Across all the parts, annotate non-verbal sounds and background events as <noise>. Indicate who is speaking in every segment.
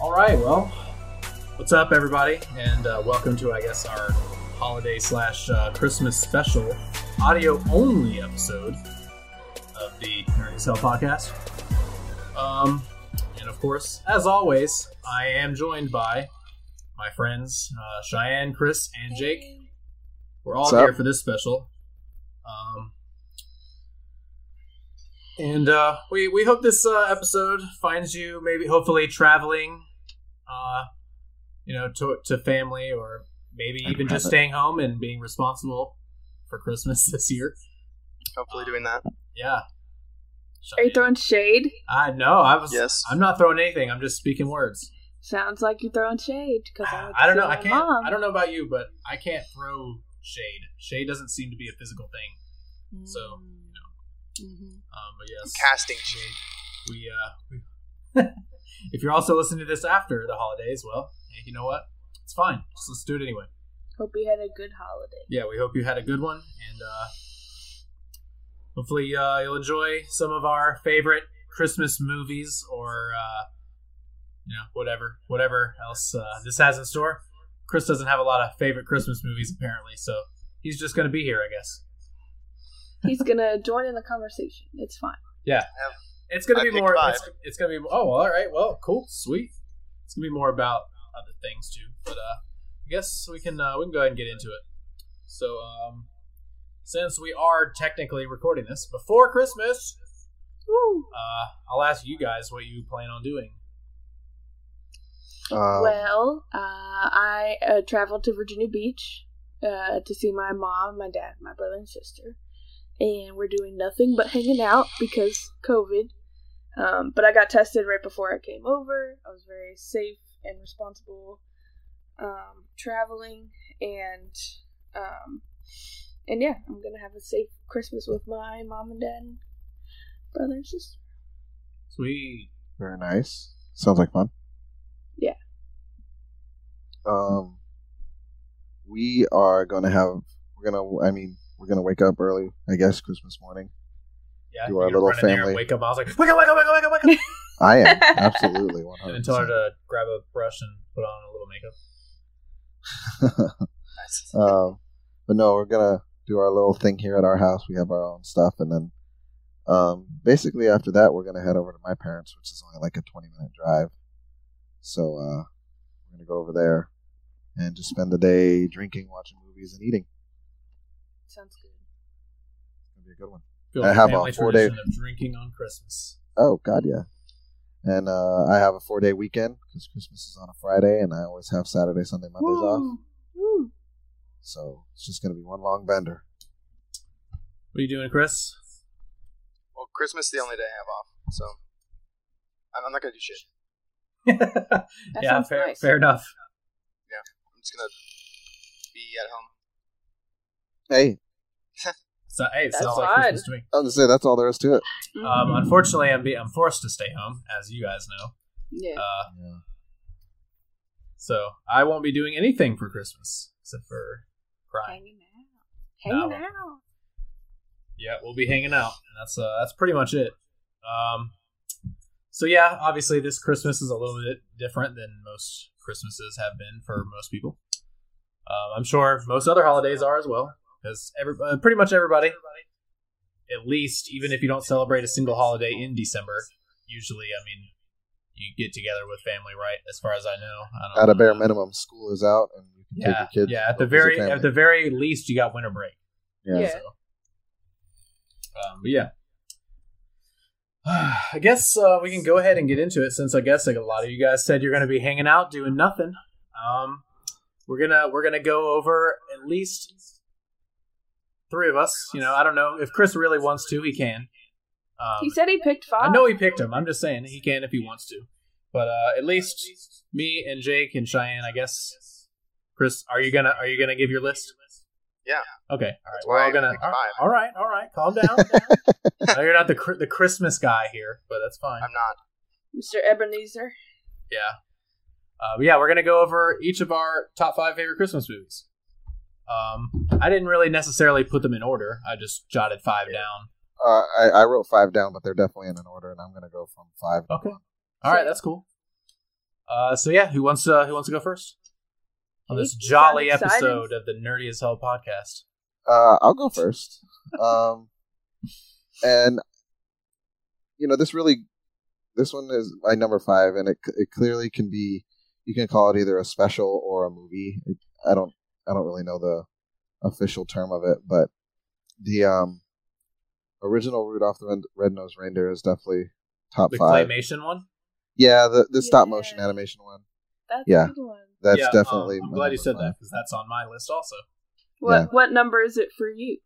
Speaker 1: All right, well, what's up, everybody, and uh, welcome to, I guess, our holiday slash uh, Christmas special audio only episode of the Nerd Cell podcast. Um, and of course, as always, I am joined by my friends uh, Cheyenne, Chris, and Jake. We're all
Speaker 2: What's
Speaker 1: here
Speaker 2: up?
Speaker 1: for this special. Um, and uh, we we hope this uh, episode finds you maybe hopefully traveling, uh, you know, to to family or maybe
Speaker 2: I
Speaker 1: even
Speaker 2: have
Speaker 1: just
Speaker 2: <laughs> it.
Speaker 1: staying home and being responsible for Christmas <laughs> this year.
Speaker 3: Hopefully, doing that.
Speaker 1: Yeah.
Speaker 4: Are you throwing shade?
Speaker 1: I know. I was.
Speaker 3: Yes.
Speaker 1: I'm not throwing anything. I'm just speaking words.
Speaker 4: Sounds like you're throwing shade. Cause I,
Speaker 1: <sighs> I don't know. I can't.
Speaker 4: Mom.
Speaker 1: I don't know about you, but I can't throw shade. Shade doesn't seem to be a physical thing. so, you
Speaker 4: Mhm.
Speaker 1: Um, but yes,
Speaker 3: Casting shade.
Speaker 1: we. Uh, we <laughs> if you're also listening to this after the holidays, well, hey, you know what? It's fine. Just let's do it anyway.
Speaker 4: Hope you had a good holiday.
Speaker 1: Yeah, we hope you had a good one, and uh, hopefully uh, you'll enjoy some of our favorite Christmas movies or uh, you know whatever whatever else uh, this has in store. Chris doesn't have a lot of favorite Christmas movies apparently, so he's just going to be here, I guess.
Speaker 4: He's gonna <laughs> join in the conversation. It's fine.
Speaker 1: It's going to
Speaker 3: I
Speaker 1: be
Speaker 3: picked
Speaker 1: more.
Speaker 3: five.
Speaker 1: It's, it's going to be oh well, all right, well, cool, sweet. It's going to be more about other things too, but uh, I guess we can uh, we can go ahead and get into it. So um, since we are technically recording this before Christmas,
Speaker 4: Woo.
Speaker 1: uh, I'll ask you guys what you plan on doing.
Speaker 2: Um,
Speaker 4: well, uh, I uh, traveled to Virginia Beach uh, to see my mom, my dad, my brother, and sister, and we're doing nothing but hanging out because COVID. Um, but I got tested right before I came over. I was very safe and responsible um, traveling, and um, and yeah, I'm gonna have a safe Christmas with my mom and dad, and brother and sister.
Speaker 1: Sweet.
Speaker 2: Very nice. Sounds like fun.
Speaker 4: Yeah.
Speaker 2: Um, we are gonna have. We're gonna. I mean, we're gonna wake up early. I guess Christmas morning.
Speaker 1: Yeah,
Speaker 2: You
Speaker 1: you
Speaker 2: are a
Speaker 1: can
Speaker 2: little
Speaker 1: run in there and
Speaker 2: family.
Speaker 1: Wake up! I was like, wake up, wake up, wake up, wake up, wake
Speaker 2: <laughs>
Speaker 1: up!
Speaker 2: I am absolutely one
Speaker 1: and
Speaker 2: hundred.
Speaker 1: then tell her to grab a brush and put on a little makeup.
Speaker 2: <laughs>
Speaker 3: Nice.
Speaker 2: um, but no, we're gonna do our little thing here at our house. We have our own stuff, and then um, basically after that, we're gonna head over to my parents, which is only like a twenty-minute drive. So uh, we're gonna go over there and just spend the day drinking, watching movies, and eating.
Speaker 4: Sounds good.
Speaker 2: It's gonna be a good one.
Speaker 1: Feel
Speaker 2: I
Speaker 1: the
Speaker 2: have a
Speaker 1: family
Speaker 2: four-day-
Speaker 1: tradition of drinking on Christmas.
Speaker 2: Oh God, yeah. And uh, I have a four-day weekend because Christmas is on a Friday, and I always have Saturday, Sunday, Mondays off.
Speaker 4: Woo. Woo.
Speaker 2: So it's just gonna be one long bender.
Speaker 1: What are you doing, Chris? <laughs>
Speaker 3: Well, Christmas is the only day I have off, so I'm, I'm not gonna do shit.
Speaker 1: yeah,
Speaker 4: That sounds
Speaker 1: fair,
Speaker 4: nice.
Speaker 1: fair enough.
Speaker 3: I'm just gonna be at home.
Speaker 2: Hey,
Speaker 1: So, hey,
Speaker 4: That's
Speaker 1: sounds like
Speaker 4: fine.
Speaker 1: Christmas to me.
Speaker 2: I was gonna say that's all there is to it.
Speaker 4: Mm-hmm.
Speaker 1: Um, unfortunately, I'm, be- I'm forced to stay home, as you guys know.
Speaker 4: yeah.
Speaker 1: Uh,
Speaker 2: Yeah.
Speaker 1: so I won't be doing anything for Christmas except for crying.
Speaker 4: Hanging out. Hanging
Speaker 1: Now.
Speaker 4: out.
Speaker 1: Yeah, we'll be hanging out. And that's uh, that's pretty much it. Um, so yeah, obviously this Christmas is a little bit different than most Christmases have been for most people. Um, I'm sure most other holidays are as well, because every, uh, pretty much everybody, at least even if you don't celebrate a single holiday in December, usually, I mean, you get together with family, right? As far as I know, I don't
Speaker 2: at a
Speaker 1: know.
Speaker 2: bare minimum, school is out, and you can
Speaker 1: Uh, Yeah,
Speaker 2: take your kids.
Speaker 1: yeah. At
Speaker 2: and
Speaker 1: the
Speaker 2: go visit
Speaker 1: very,
Speaker 2: family.
Speaker 1: at the very least, you got winter break.
Speaker 2: yeah.
Speaker 4: Yeah.
Speaker 1: So, um, but yeah, <sighs> I guess uh, we can go ahead and get into it since I guess like a lot of you guys said you're going to be hanging out doing nothing. Um, we're gonna we're gonna go over at least three of us. You know, I don't know if Chris really wants to, he can. Um,
Speaker 4: he said he picked five.
Speaker 1: I know he picked him. I'm just saying he can if he wants to. But uh, at least me and Jake and Cheyenne, I guess. Chris, are you gonna are you gonna give your list?
Speaker 3: Yeah.
Speaker 1: Okay. All right.
Speaker 3: That's
Speaker 1: We're
Speaker 3: why
Speaker 1: all
Speaker 3: I
Speaker 1: gonna.
Speaker 3: picked
Speaker 1: All right.
Speaker 3: five.
Speaker 1: All right. All right.
Speaker 2: <laughs>
Speaker 1: Calm down. I know you're not the Chri- the Christmas guy here, but that's fine.
Speaker 3: I'm not.
Speaker 4: Mr. Ebenezer.
Speaker 1: Yeah. Uh, but yeah, we're gonna go over each of our top five favorite Christmas movies. Um, I didn't really necessarily put them in order. I just jotted five down.
Speaker 2: Uh, I, I wrote five down, but they're definitely in an order, and I'm gonna go from five.
Speaker 1: Okay. All right. That's cool. Uh, so yeah, who wants to, who wants to go first on this
Speaker 4: Jake, you
Speaker 1: jolly
Speaker 4: sound excited.
Speaker 1: episode of the Nerdy as Hell podcast?
Speaker 2: Uh, I'll go first. Um, and you know, this really, this one is my number five, and it c- it clearly can be. You can call it either a special or a movie. It, I don't I don't really know the official term of it, but the um original Rudolph the Red- Red-Nosed Reindeer is definitely top
Speaker 1: The
Speaker 2: five.
Speaker 1: claymation one.
Speaker 2: Yeah, the the stop motion
Speaker 4: Yeah.
Speaker 2: animation one.
Speaker 4: That's
Speaker 2: Yeah.
Speaker 4: a good one.
Speaker 2: That's
Speaker 1: Yeah, um,
Speaker 2: definitely.
Speaker 1: I'm
Speaker 2: my
Speaker 1: glad you
Speaker 2: number
Speaker 1: said
Speaker 2: five.
Speaker 1: that because that's on my list also.
Speaker 4: What
Speaker 2: Yeah.
Speaker 4: what number is it for you?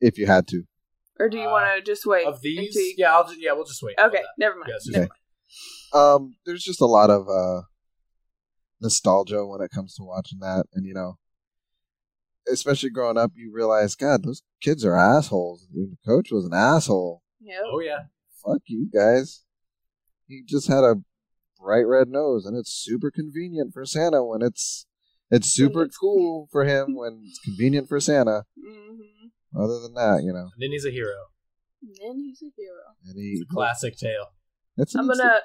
Speaker 2: If you had to,
Speaker 4: Or do you
Speaker 1: Uh,
Speaker 4: want to just wait?
Speaker 1: Of these,
Speaker 4: until you-
Speaker 1: yeah, I'll just, yeah, we'll just wait. about
Speaker 4: Okay,
Speaker 1: that.
Speaker 4: never mind.
Speaker 1: Yeah, it's just
Speaker 4: Never
Speaker 2: Okay. um, there's just a lot of uh, nostalgia when it comes to watching that, and you know, especially growing up, you realize, God, those kids are assholes. The coach was an asshole.
Speaker 4: Yep.
Speaker 1: Oh yeah,
Speaker 2: Fuck you guys. He just had a bright red nose, and it's super convenient for Santa when it's it's super
Speaker 4: it's-
Speaker 2: cool for him when it's convenient for Santa.
Speaker 4: hmm
Speaker 2: Other than that, you know,
Speaker 1: and then he's a hero.
Speaker 4: And then he's a hero.
Speaker 2: and
Speaker 1: It's
Speaker 2: he,
Speaker 1: a classic tale.
Speaker 2: it's an
Speaker 4: I'm
Speaker 2: instant-
Speaker 4: gonna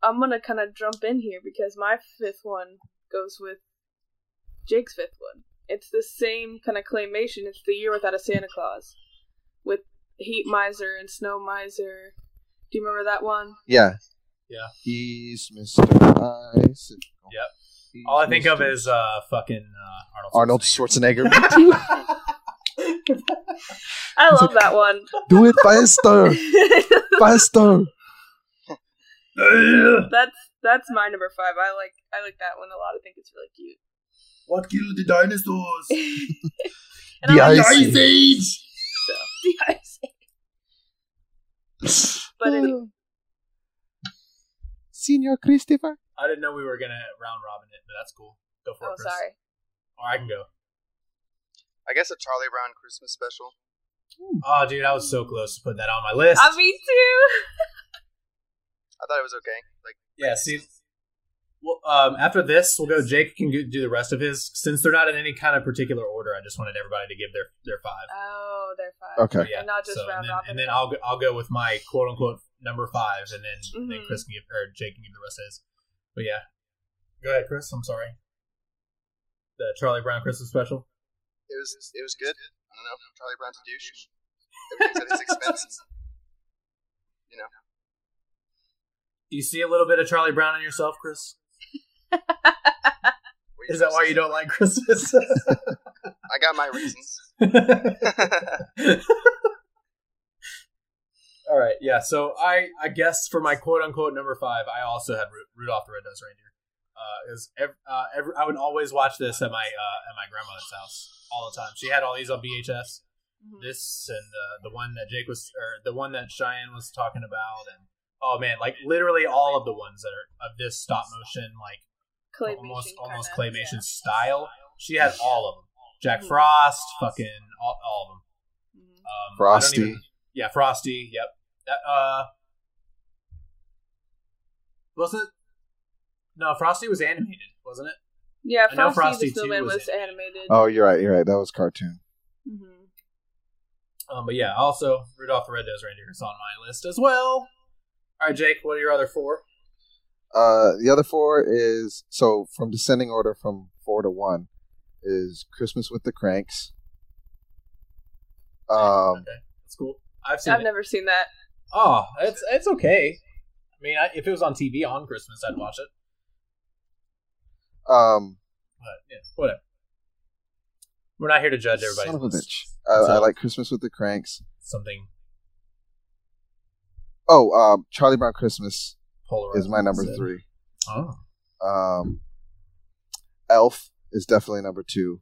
Speaker 4: I'm gonna kind of jump in here because my fifth one goes with Jake's fifth one. It's the same kind of claymation. It's the year without a Santa Claus, with Heat Miser and Snow Miser. Do you remember that one?
Speaker 2: Yeah.
Speaker 1: Yeah.
Speaker 2: He's Mr. Ice.
Speaker 1: Yep. All I think of is uh, fucking uh, Arnold.
Speaker 2: Arnold
Speaker 1: Schwarzenegger.
Speaker 2: Schwarzenegger.
Speaker 4: I love that one.
Speaker 2: <laughs> Do it faster! Faster!
Speaker 4: <laughs> that's that's my number five. I like I like that one a lot. I think it's really cute. <laughs>
Speaker 1: what killed the dinosaurs?
Speaker 4: And
Speaker 2: The
Speaker 4: I like
Speaker 2: Ice
Speaker 4: Arnold,
Speaker 1: Age.
Speaker 4: so- <laughs> the ice. But oh, anyway.
Speaker 2: Senior Christopher.
Speaker 1: I didn't know we were gonna round robin it, but that's cool. Go for
Speaker 4: Oh,
Speaker 1: it, Chris.
Speaker 4: sorry.
Speaker 1: Or I can go.
Speaker 3: I guess a Charlie Brown Christmas special.
Speaker 1: Oh, dude, I was so close to put that on my list.
Speaker 4: I Ah, me too.
Speaker 3: I thought it was okay. Like
Speaker 1: yeah, see. Well, um, after this, we'll go. Jake can go- do the rest of his. Since they're not in any kind of particular order, I just wanted everybody to give their their five.
Speaker 4: Oh, they're five.
Speaker 2: Okay.
Speaker 1: Yeah,
Speaker 4: And not just
Speaker 1: so,
Speaker 4: round
Speaker 1: and then,
Speaker 4: robin.
Speaker 1: And then I'll go, I'll go with my quote unquote number fives, and then and then
Speaker 4: Mhm.
Speaker 1: Chris can give or Jake can give the rest of his. But yeah, go ahead, Chris. I'm sorry. The Charlie Brown Christmas special.
Speaker 3: it was it was good. I don't know. Charlie Brown's a douche. and Everything's
Speaker 1: <laughs>
Speaker 3: at his expense.
Speaker 1: Do you see a little bit of Charlie Brown in yourself, Chris?
Speaker 3: What are
Speaker 1: Is that why you
Speaker 3: supposed
Speaker 1: don't like Christmas? <laughs>
Speaker 3: to- I got my reasons. <laughs>
Speaker 1: All right, yeah. So I, I guess for my quote unquote number five, I also had Ru- Rudolph the Red Nosed Reindeer. Uh, is ev- uh, every, I would always watch this at my uh, at my grandmother's house all the time. She had all these on VHS.
Speaker 4: Mhm.
Speaker 1: This and uh, the one that Jake was, or the one that Cheyenne was talking about, and oh man, like literally all of the ones that are of this stop motion, like
Speaker 4: Claymation
Speaker 1: almost almost
Speaker 4: kinda,
Speaker 1: claymation style. She had all of them. Jack
Speaker 4: Mhm.
Speaker 1: Frost, fucking all, all of them.
Speaker 4: yeah. Mhm.
Speaker 1: Um, I don't
Speaker 2: Frosty.
Speaker 1: even- yeah, Frosty. Yep. That, uh, was it? No, Frosty was animated, wasn't it?
Speaker 4: Yeah,
Speaker 1: I
Speaker 4: Frosty,
Speaker 1: know Frosty
Speaker 4: the Snowman
Speaker 1: too was
Speaker 4: was,
Speaker 1: in it.
Speaker 4: animated.
Speaker 2: Oh, you're right. You're right. That was cartoon.
Speaker 4: hmm
Speaker 1: Um, but yeah, also Rudolph the Red-Nosed Reindeer is on my list as well. All right, Jake, what are your other four?
Speaker 2: Uh, the other four is so from descending order from four to one is Christmas with the Cranks. Um,
Speaker 1: okay, that's cool. I've seen
Speaker 4: I've
Speaker 1: it.
Speaker 4: never seen that.
Speaker 1: oh, it's it's okay. I mean, I, if it was on TV on Christmas, I'd watch it.
Speaker 2: um,
Speaker 1: But yeah, whatever. We're not here to judge everybody.
Speaker 2: son of a bitch. I, I like Christmas with the Cranks.
Speaker 1: Something
Speaker 2: Oh, um, Charlie Brown Christmas
Speaker 1: polarizing.
Speaker 2: is my number
Speaker 1: said.
Speaker 2: three.
Speaker 1: Oh,
Speaker 2: Um, Elf is definitely number two,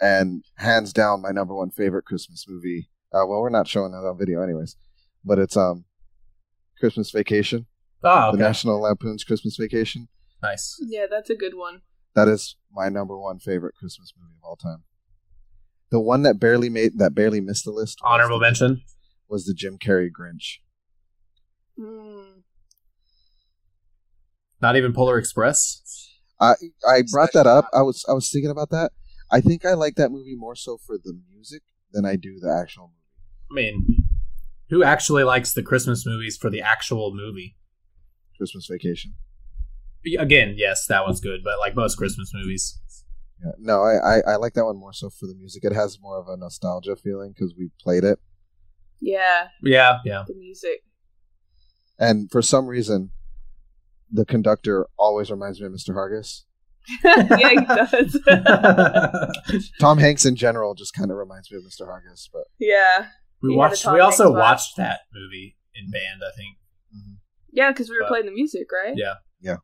Speaker 2: and hands down my number one favorite Christmas movie. Uh, well, we're not showing that on video, anyways, but it's um, Christmas Vacation,
Speaker 1: oh okay.
Speaker 2: the National Lampoon's Christmas Vacation.
Speaker 1: nice.
Speaker 4: Yeah, that's a good one.
Speaker 2: That is my number one favorite Christmas movie of all time. The one that barely made that barely missed the list was
Speaker 1: Honorable
Speaker 2: the-
Speaker 1: mention.
Speaker 2: was the Jim Carrey Grinch.
Speaker 4: Mm.
Speaker 1: Not even Polar Express.
Speaker 2: I brought that up. I was I was thinking about that. I think I like that movie more so for the music than I do the actual movie.
Speaker 1: I mean, who actually likes the Christmas movies for the actual movie?
Speaker 2: Christmas Vacation.
Speaker 1: Again, yes, that one's good, but like most Christmas movies,
Speaker 2: Yeah. No, I, I, I like that one more so for the music. It has more of a nostalgia feeling because we played it.
Speaker 4: Yeah,
Speaker 1: yeah, yeah. <laughs>
Speaker 4: the music. <laughs>
Speaker 2: And for some reason, the conductor always reminds me of Mr. Hargis.
Speaker 4: yeah,
Speaker 2: <laughs>
Speaker 4: he does. <laughs>
Speaker 2: Tom Hanks in general just kind of reminds me of Mr. Hargis, but
Speaker 4: yeah,
Speaker 1: we
Speaker 4: You had a
Speaker 1: watched.
Speaker 4: Tom
Speaker 1: We also
Speaker 4: Hanks Mm-hmm. vibe.
Speaker 1: watched that movie in band. I think.
Speaker 4: yeah, because we were
Speaker 1: But-
Speaker 4: playing the music, right?
Speaker 1: Yeah.
Speaker 2: Yeah.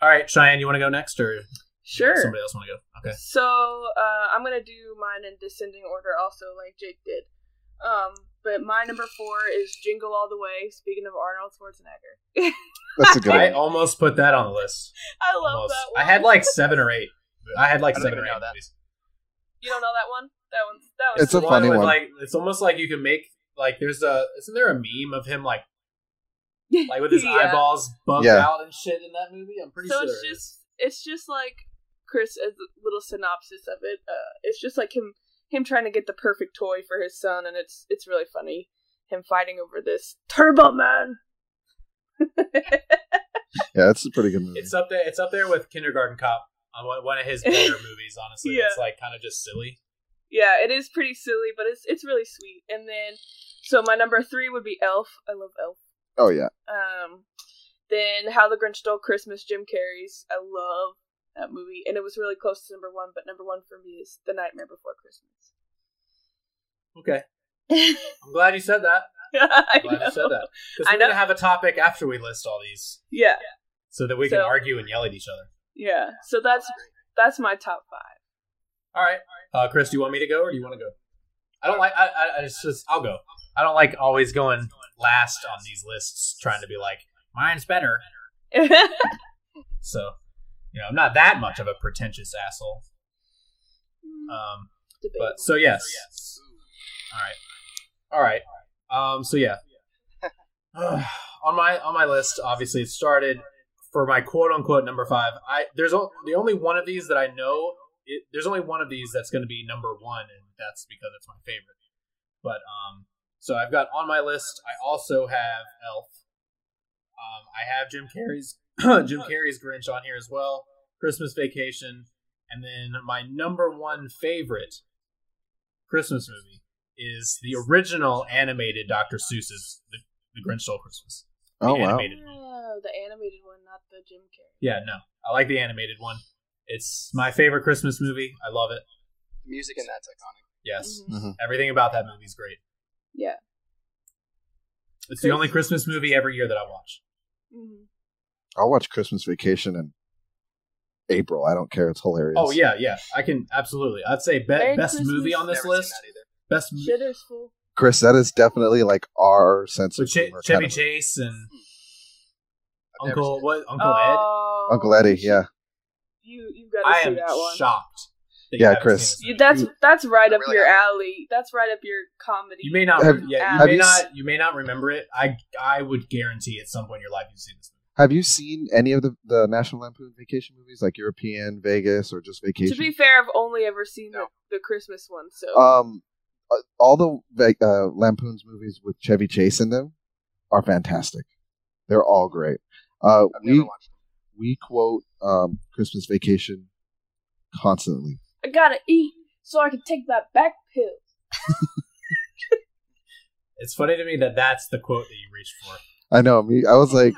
Speaker 1: All right, Cheyenne, you want to go next, or
Speaker 4: Sure.
Speaker 1: somebody else want to go? Okay.
Speaker 4: So uh, I'm gonna do mine in descending order, also like Jake did. Um, but my number four is Jingle All the Way. Speaking of Arnold Schwarzenegger, <laughs>
Speaker 1: <laughs>
Speaker 2: that's a good
Speaker 1: I
Speaker 2: one.
Speaker 1: almost put that on the list.
Speaker 4: I love
Speaker 1: Almost.
Speaker 4: that one.
Speaker 1: I had like seven or eight. I had like
Speaker 3: I don't
Speaker 1: seven or
Speaker 3: even know
Speaker 1: eight
Speaker 3: that.
Speaker 1: movies.
Speaker 4: you don't know that one. That one's that one's
Speaker 2: It's a
Speaker 1: the
Speaker 4: cool.
Speaker 2: funny
Speaker 1: with,
Speaker 2: one.
Speaker 1: Like it's almost like you can make like there's a isn't there a meme of him like like with his
Speaker 4: <laughs> Yeah.
Speaker 1: eyeballs bugged
Speaker 2: Yeah.
Speaker 1: out and shit in that movie? I'm pretty
Speaker 4: so
Speaker 1: sure.
Speaker 4: it's
Speaker 1: it is.
Speaker 4: just it's just like Chris a little synopsis of it. Uh, it's just like him him trying to get the perfect toy for his son, and it's it's really funny him fighting over this Turbo Man.
Speaker 2: Yeah, it's a pretty good movie.
Speaker 1: It's up there. It's up there with Kindergarten Cop. On one, one of his better
Speaker 4: <laughs>
Speaker 1: movies, honestly.
Speaker 4: Yeah.
Speaker 1: It's like kind of just silly.
Speaker 4: Yeah, it is pretty silly, but it's it's really sweet. And then so my number three would be Elf. I love Elf.
Speaker 2: oh yeah,
Speaker 4: Um, then How the Grinch Stole Christmas, Jim Carrey's. I love that movie, and it was really close to number one, but number one for me is The Nightmare Before Christmas. <laughs>
Speaker 1: Okay, I'm glad you said that.
Speaker 4: <laughs> I
Speaker 1: I'm glad you said
Speaker 4: know.
Speaker 1: that. Because
Speaker 4: I
Speaker 1: we're gonna
Speaker 4: know.
Speaker 1: have a topic after we list all these,
Speaker 4: Yeah,
Speaker 1: so that we
Speaker 4: So-
Speaker 1: can argue and yell at each other.
Speaker 4: yeah. So that's that's my top five.
Speaker 1: All right, uh, Chris, do you want me to go or do you want to go? I don't like. I, I, I it's just I'll go. I don't like always going last on these lists, trying to be like mine's better.
Speaker 4: <laughs>
Speaker 1: So, you know, I'm not that much of a pretentious asshole. Um,
Speaker 4: Debatable.
Speaker 1: but so yes. All right. All right. Um, so yeah. <sighs> on my on my list, obviously, it started for my quote unquote number five. I there's o- the only one of these that I know. It, there's only one of these that's going to be number one, and that's because it's my favorite. But um, so I've got on my list. I also have Elf. Um, I have Jim Carrey's <clears throat> Jim Carrey's Grinch on here as well. Christmas Vacation, and then my number one favorite Christmas movie is the original animated Dr. Seuss's The, the Grinch Stole Christmas.
Speaker 2: oh wow,
Speaker 1: animated.
Speaker 4: Oh, the animated one, not the Jim Carrey.
Speaker 1: Yeah, no, I like the animated one. It's my favorite Christmas movie. I love it.
Speaker 3: The music in that's iconic.
Speaker 1: Yes,
Speaker 4: Mhm.
Speaker 1: everything about that movie is great.
Speaker 4: Yeah.
Speaker 1: It's the only Christmas movie every year that I watch.
Speaker 4: Mhm.
Speaker 2: I'll watch Christmas Vacation in April. I don't care. It's hilarious.
Speaker 1: Oh yeah, yeah. I can absolutely. I'd say be-
Speaker 4: Merry
Speaker 1: best
Speaker 4: Christmas.
Speaker 1: movie on this
Speaker 3: Never
Speaker 1: list.
Speaker 3: seen that either.
Speaker 1: Best mo-
Speaker 4: Shitter's full.
Speaker 2: Chris, that is definitely like our sense
Speaker 1: so
Speaker 2: of
Speaker 1: Ch-
Speaker 2: humor. kind
Speaker 1: Chevy
Speaker 2: of-
Speaker 1: Chase and
Speaker 3: I've never
Speaker 1: Uncle
Speaker 3: seen
Speaker 1: what Uncle Ed.
Speaker 4: Oh,
Speaker 2: Uncle Eddie, yeah,
Speaker 4: You you've got
Speaker 1: I
Speaker 4: to see
Speaker 1: am
Speaker 4: that one.
Speaker 1: shocked. that you
Speaker 2: Yeah,
Speaker 1: haven't
Speaker 2: Chris.
Speaker 1: seen this
Speaker 4: You,
Speaker 1: movie.
Speaker 4: that's that's right
Speaker 3: I
Speaker 4: up
Speaker 3: really
Speaker 4: your
Speaker 3: like-
Speaker 4: alley. That's right up your comedy.
Speaker 1: You may not.
Speaker 2: Have-
Speaker 1: yeah, you
Speaker 4: have
Speaker 1: may
Speaker 2: you s-
Speaker 1: not. You may not remember it. I I would guarantee at some point in your life you've seen this.
Speaker 2: Have you seen any of the, the National Lampoon Vacation movies, like European, Vegas, or just Vacation?
Speaker 4: to be fair, I've only ever seen
Speaker 3: No.
Speaker 4: the, the Christmas one, so
Speaker 2: um, uh, all the Ve- uh, Lampoon's movies with Chevy Chase in them are fantastic. They're all great. Uh,
Speaker 3: I've never
Speaker 2: we
Speaker 3: watched it.
Speaker 2: we quote um, Christmas Vacation constantly.
Speaker 4: I gotta eat so I can take that back pill.
Speaker 1: It's funny to me that that's the quote that you reached for.
Speaker 2: I know. Me, I was like,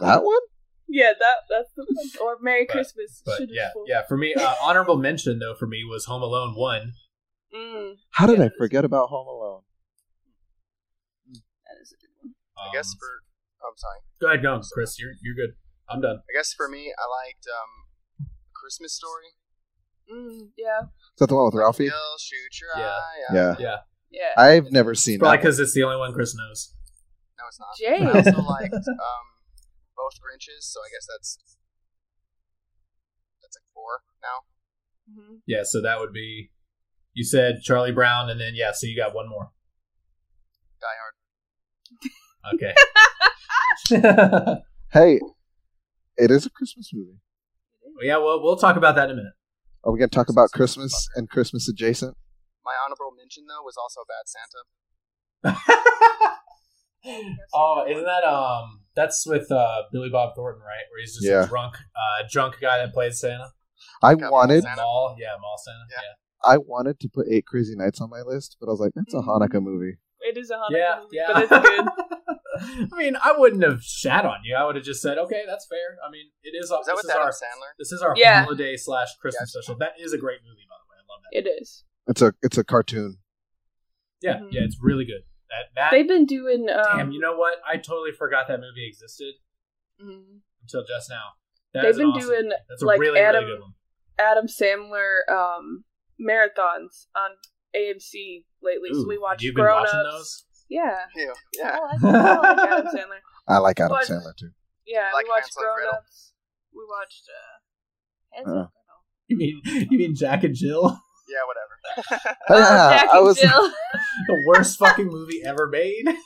Speaker 2: that one.
Speaker 4: Yeah, that that's the one. or Merry
Speaker 1: But-
Speaker 4: Christmas.
Speaker 1: But
Speaker 4: Shitter's
Speaker 1: yeah,
Speaker 4: full.
Speaker 1: yeah. For me, uh, honorable mention though for me was Home Alone one.
Speaker 4: Mm,
Speaker 2: How did
Speaker 4: Yeah.
Speaker 2: I forget about Home Alone?
Speaker 4: that is a good one.
Speaker 1: Um,
Speaker 3: I guess for oh, I'm sorry.
Speaker 1: go ahead, go, Chris. You're you're good. I'm done.
Speaker 3: I guess for me, I liked um, Christmas Story.
Speaker 4: Mm, yeah,
Speaker 2: Is that the one with Ralphie?
Speaker 3: You'll shoot your
Speaker 1: Yeah.
Speaker 3: eye. out.
Speaker 2: Yeah,
Speaker 1: Yeah,
Speaker 4: yeah.
Speaker 2: I've never seen
Speaker 1: probably
Speaker 2: that.
Speaker 1: because it's the only one Chris knows.
Speaker 3: No, it's not.
Speaker 4: Jay.
Speaker 3: I also liked um, both Grinches, so I guess that's that's like four now.
Speaker 4: Mhm.
Speaker 1: Yeah, so that would be. You said Charlie Brown, and then yeah, so you got one more.
Speaker 3: Die Hard.
Speaker 1: Okay. <laughs>
Speaker 2: Hey, it is a Christmas movie.
Speaker 1: yeah, well, we'll talk about that in a minute.
Speaker 2: Are we going to talk about Christmas and Christmas adjacent?
Speaker 1: <laughs>
Speaker 3: My honorable mention though was also Bad Santa.
Speaker 1: Oh, isn't that um? That's with uh, Billy Bob Thornton, right? Where he's just
Speaker 2: Yeah.
Speaker 1: a drunk, uh, drunk guy that played Santa.
Speaker 2: I
Speaker 3: Yeah,
Speaker 2: wanted,
Speaker 3: Santa.
Speaker 1: Mall, yeah, Mall Santa.
Speaker 3: Yeah.
Speaker 1: Yeah,
Speaker 2: I wanted to put Eight Crazy Nights on my list, but I was like, that's a Hanukkah movie.
Speaker 4: It is a Hanukkah
Speaker 1: yeah,
Speaker 4: movie,
Speaker 1: yeah.
Speaker 4: but it's good.
Speaker 1: <laughs> I mean, I wouldn't have shat on you. I would have just said, okay, that's fair. I mean, it is.
Speaker 3: Was that
Speaker 1: this is
Speaker 3: with Adam
Speaker 1: our
Speaker 3: Sandler?
Speaker 1: this is our
Speaker 4: Yeah.
Speaker 1: holiday slash Christmas
Speaker 3: Gotcha.
Speaker 1: special. That is a great movie, by the way. I love that.
Speaker 4: It is.
Speaker 2: It's a it's a cartoon.
Speaker 1: Yeah,
Speaker 4: Mhm.
Speaker 1: yeah, it's really good. That that
Speaker 4: They've been doing. Um,
Speaker 1: damn. You know what? I totally forgot that movie existed
Speaker 4: mhm.
Speaker 1: until just now. That
Speaker 4: They've
Speaker 1: is an
Speaker 4: been
Speaker 1: awesome-
Speaker 4: doing
Speaker 1: That's a
Speaker 4: like
Speaker 1: really
Speaker 4: Adam-
Speaker 1: really good one.
Speaker 4: Adam Sandler um, marathons on AMC lately. so
Speaker 1: Ooh,
Speaker 4: we watched
Speaker 1: you've been
Speaker 4: Grown
Speaker 1: watching
Speaker 4: Ups.
Speaker 1: those.
Speaker 4: Yeah.
Speaker 3: Yeah.
Speaker 4: I
Speaker 3: yeah.
Speaker 2: <laughs>
Speaker 4: like, I like Adam Sandler.
Speaker 2: I like Adam
Speaker 4: What?
Speaker 2: Sandler too.
Speaker 4: Yeah,
Speaker 3: Like
Speaker 4: we watched
Speaker 3: Hansel and
Speaker 4: Grown
Speaker 3: Gretel.
Speaker 4: Ups. We watched uh, Hansel
Speaker 2: Uh-uh.
Speaker 4: and Gretel.
Speaker 1: You mean you mean Jack and Jill? <laughs>
Speaker 3: Yeah, whatever.
Speaker 4: Oh, Jack
Speaker 2: Uh, <laughs> I
Speaker 4: and
Speaker 2: was,
Speaker 4: Jill.
Speaker 2: <laughs>
Speaker 1: the
Speaker 4: <laughs>
Speaker 1: worst fucking movie ever made.
Speaker 2: yeah,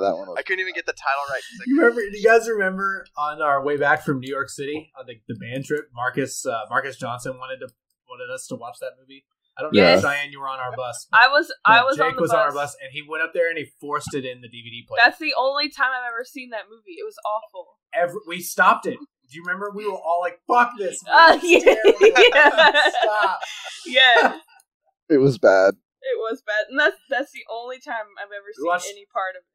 Speaker 2: that one was.
Speaker 3: I couldn't even get the title right. 'cause I
Speaker 1: <laughs> You remember? You guys remember on our way back from New York City on the, the band trip, Marcus uh, Marcus Johnson wanted to wanted us to watch that movie. I don't know,
Speaker 4: Yes.
Speaker 1: if Cheyenne, you were on our bus.
Speaker 4: I was I
Speaker 1: but
Speaker 4: was
Speaker 1: Jake
Speaker 4: on the
Speaker 1: was
Speaker 4: bus.
Speaker 1: on our bus, and he went up there and he forced it in the DVD player.
Speaker 4: That's the only time I've ever seen that movie. It was awful.
Speaker 1: Every, we stopped it. Do you remember? We were all like, "Fuck this!" movie.
Speaker 4: <laughs> Uh,
Speaker 1: It's
Speaker 4: yeah.
Speaker 1: terrible.
Speaker 4: <laughs> Yeah.
Speaker 1: Stop.
Speaker 4: Yeah,
Speaker 2: It was bad.
Speaker 4: it was bad, and that's that's the only time I've ever
Speaker 1: We
Speaker 4: seen
Speaker 1: watched-
Speaker 4: any part of it.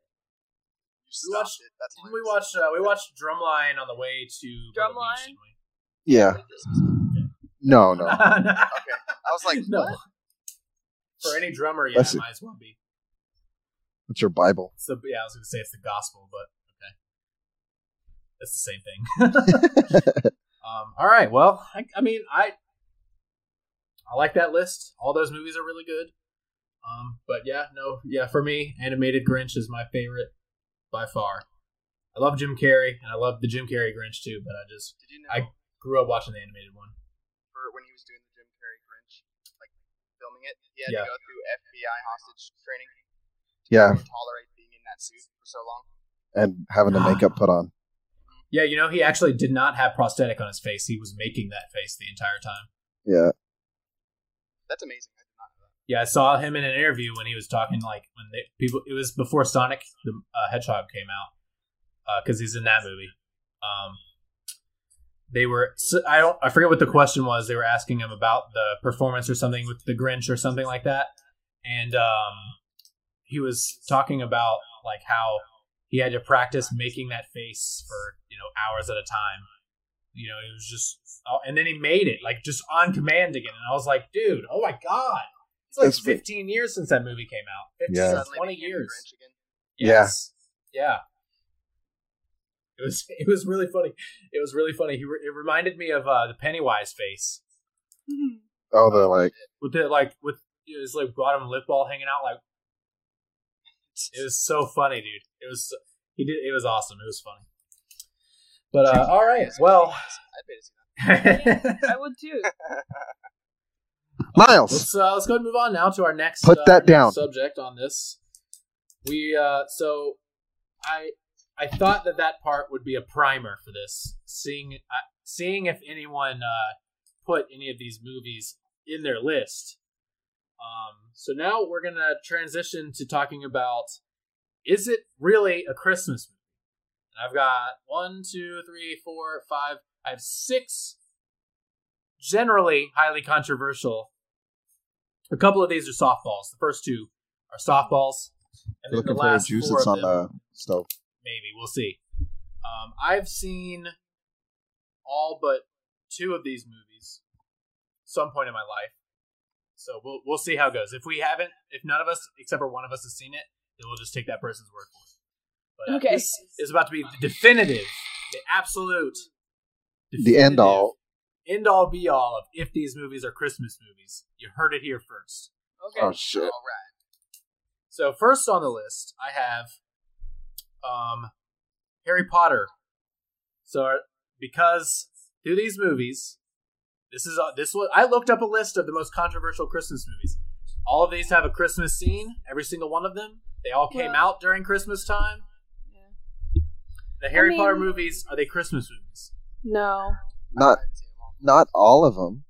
Speaker 3: You stopped
Speaker 1: watched-
Speaker 3: it. That's
Speaker 1: We
Speaker 3: hilarious.
Speaker 1: watched uh, we watched Drumline on the way to Myrtle Beach,
Speaker 4: Drumline?
Speaker 1: didn't we?
Speaker 2: Yeah.
Speaker 1: <laughs>
Speaker 2: No, no.
Speaker 3: I was like,
Speaker 1: no.
Speaker 3: what?
Speaker 1: For any drummer, yeah,
Speaker 2: That's
Speaker 1: it
Speaker 2: it.
Speaker 1: might as well be.
Speaker 2: It's your Bible.
Speaker 1: It's the, yeah, I was going to say it's the gospel, but okay. It's the same thing. um, all right. Well, I, I mean, I I like that list. All those movies are really good. Um, but yeah, no, yeah, for me, animated Grinch is my favorite by far. I love Jim Carrey, and I love the Jim Carrey Grinch too. But I just
Speaker 3: Did you know
Speaker 1: I- grew up watching the animated one.
Speaker 3: for when he was doing the Jim Carrey Grinch, like filming it, he had
Speaker 1: Yeah.
Speaker 3: to go through FBI hostage training
Speaker 2: Yeah,
Speaker 3: to tolerate being in that suit for so long.
Speaker 2: and having the makeup put on.
Speaker 1: Yeah, you know, he actually did not have prosthetic on his face. He was making that face the entire time.
Speaker 2: Yeah,
Speaker 3: That's amazing. I did not know that.
Speaker 1: Yeah, I saw him in an interview when he was talking like when they people. It was before Sonic the uh, Hedgehog came out because uh, he's in that movie. Um, they were so, I don't I forget what the question was. They were asking him about the performance or something with the Grinch or something like that, and um, he was talking about like how he had to practice making that face for you know hours at a time. You know, it was just, oh, and then he made it like just on command again, and I was like, dude, oh my god. It's like
Speaker 2: That's been-
Speaker 1: 15 years since that movie came out. 15,
Speaker 2: Yeah.
Speaker 1: or
Speaker 3: Suddenly
Speaker 1: 20
Speaker 3: became
Speaker 1: years.
Speaker 3: Grinch again.
Speaker 2: Yeah.
Speaker 1: Yes. Yeah. It was <laughs> it was really funny. It was really funny. He re- it reminded me of uh, the Pennywise face
Speaker 4: Mhm.
Speaker 2: oh, they're like,
Speaker 1: with the like with his like bottom lip ball hanging out. Like <laughs> it was so funny, dude. It was so- he did it was awesome. It was funny. But uh, all right, well, <laughs>
Speaker 3: I'd pay to see that.
Speaker 1: let's
Speaker 4: <laughs> I would
Speaker 2: <laughs>
Speaker 4: too.
Speaker 2: Miles.
Speaker 1: uh, let's go ahead and move on now to our next
Speaker 2: Put
Speaker 1: uh,
Speaker 2: that
Speaker 1: our next
Speaker 2: down.
Speaker 1: subject on this. We uh, so I I thought that that part would be a primer for this, seeing uh, seeing if anyone uh, put any of these movies in their list. Um, so now we're gonna transition to talking about is it really a Christmas movie? And I've got one, two, three, four, five. I have six generally highly controversial. A couple of these are softballs. The first two are softballs. And then
Speaker 2: Looking
Speaker 1: the
Speaker 2: for the
Speaker 1: last
Speaker 2: juice
Speaker 1: four
Speaker 2: that's
Speaker 1: of
Speaker 2: on
Speaker 1: them
Speaker 2: the stove.
Speaker 1: maybe we'll see. Um, I've seen all but two of these movies some point in my life, so we'll we'll see how it goes. If we haven't, if none of us except for one of us has seen it, then we'll just take that person's word for it. But uh,
Speaker 4: Okay.
Speaker 1: this is about to be the definitive, the absolute,
Speaker 2: The end all.
Speaker 1: end all be all of if these movies are Christmas movies. You heard it here first.
Speaker 4: Okay.
Speaker 2: Oh shit.
Speaker 3: All right.
Speaker 1: So first on the list, I have um, Harry Potter. So because through these movies, this is uh, this was I looked up a list of the most controversial Christmas movies. All of these have a Christmas scene. Every single one of them. They all came
Speaker 4: Well-
Speaker 1: out during Christmas time.
Speaker 4: Yeah.
Speaker 1: The Harry
Speaker 4: mean-
Speaker 1: Potter movies are they Christmas movies?
Speaker 4: No.
Speaker 2: Not
Speaker 3: I haven't seen them all.
Speaker 2: not all of them.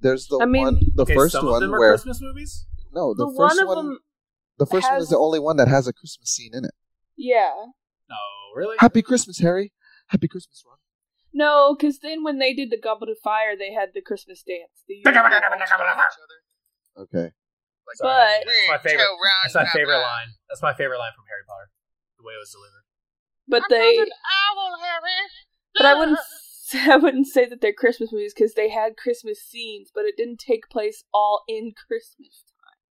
Speaker 2: There's the
Speaker 4: I mean-
Speaker 2: one, the
Speaker 1: Okay,
Speaker 2: first
Speaker 1: some of
Speaker 2: one
Speaker 1: them are
Speaker 2: where
Speaker 1: Christmas movies.
Speaker 2: no, the,
Speaker 4: The
Speaker 2: first
Speaker 4: one of
Speaker 2: one,
Speaker 4: them
Speaker 2: the first one
Speaker 4: has-
Speaker 2: is the only one that has a Christmas scene in it.
Speaker 4: Yeah.
Speaker 1: Oh, really?
Speaker 2: Happy Christmas, Harry. Happy Christmas, Ron.
Speaker 4: No, because then when they did the Goblet of Fire, they had the Christmas dance.
Speaker 1: <laughs>
Speaker 4: The
Speaker 3: Each other.
Speaker 2: Okay.
Speaker 1: Sorry.
Speaker 4: But-
Speaker 1: that's my favorite. That's my favorite line. That's my favorite line from Harry Potter. The way it was delivered.
Speaker 4: but they,
Speaker 3: owl, Harry.
Speaker 4: but I
Speaker 3: <laughs>
Speaker 4: wouldn't, <laughs> s- I wouldn't say that they're Christmas movies because they had Christmas scenes, but it didn't take place all in Christmas.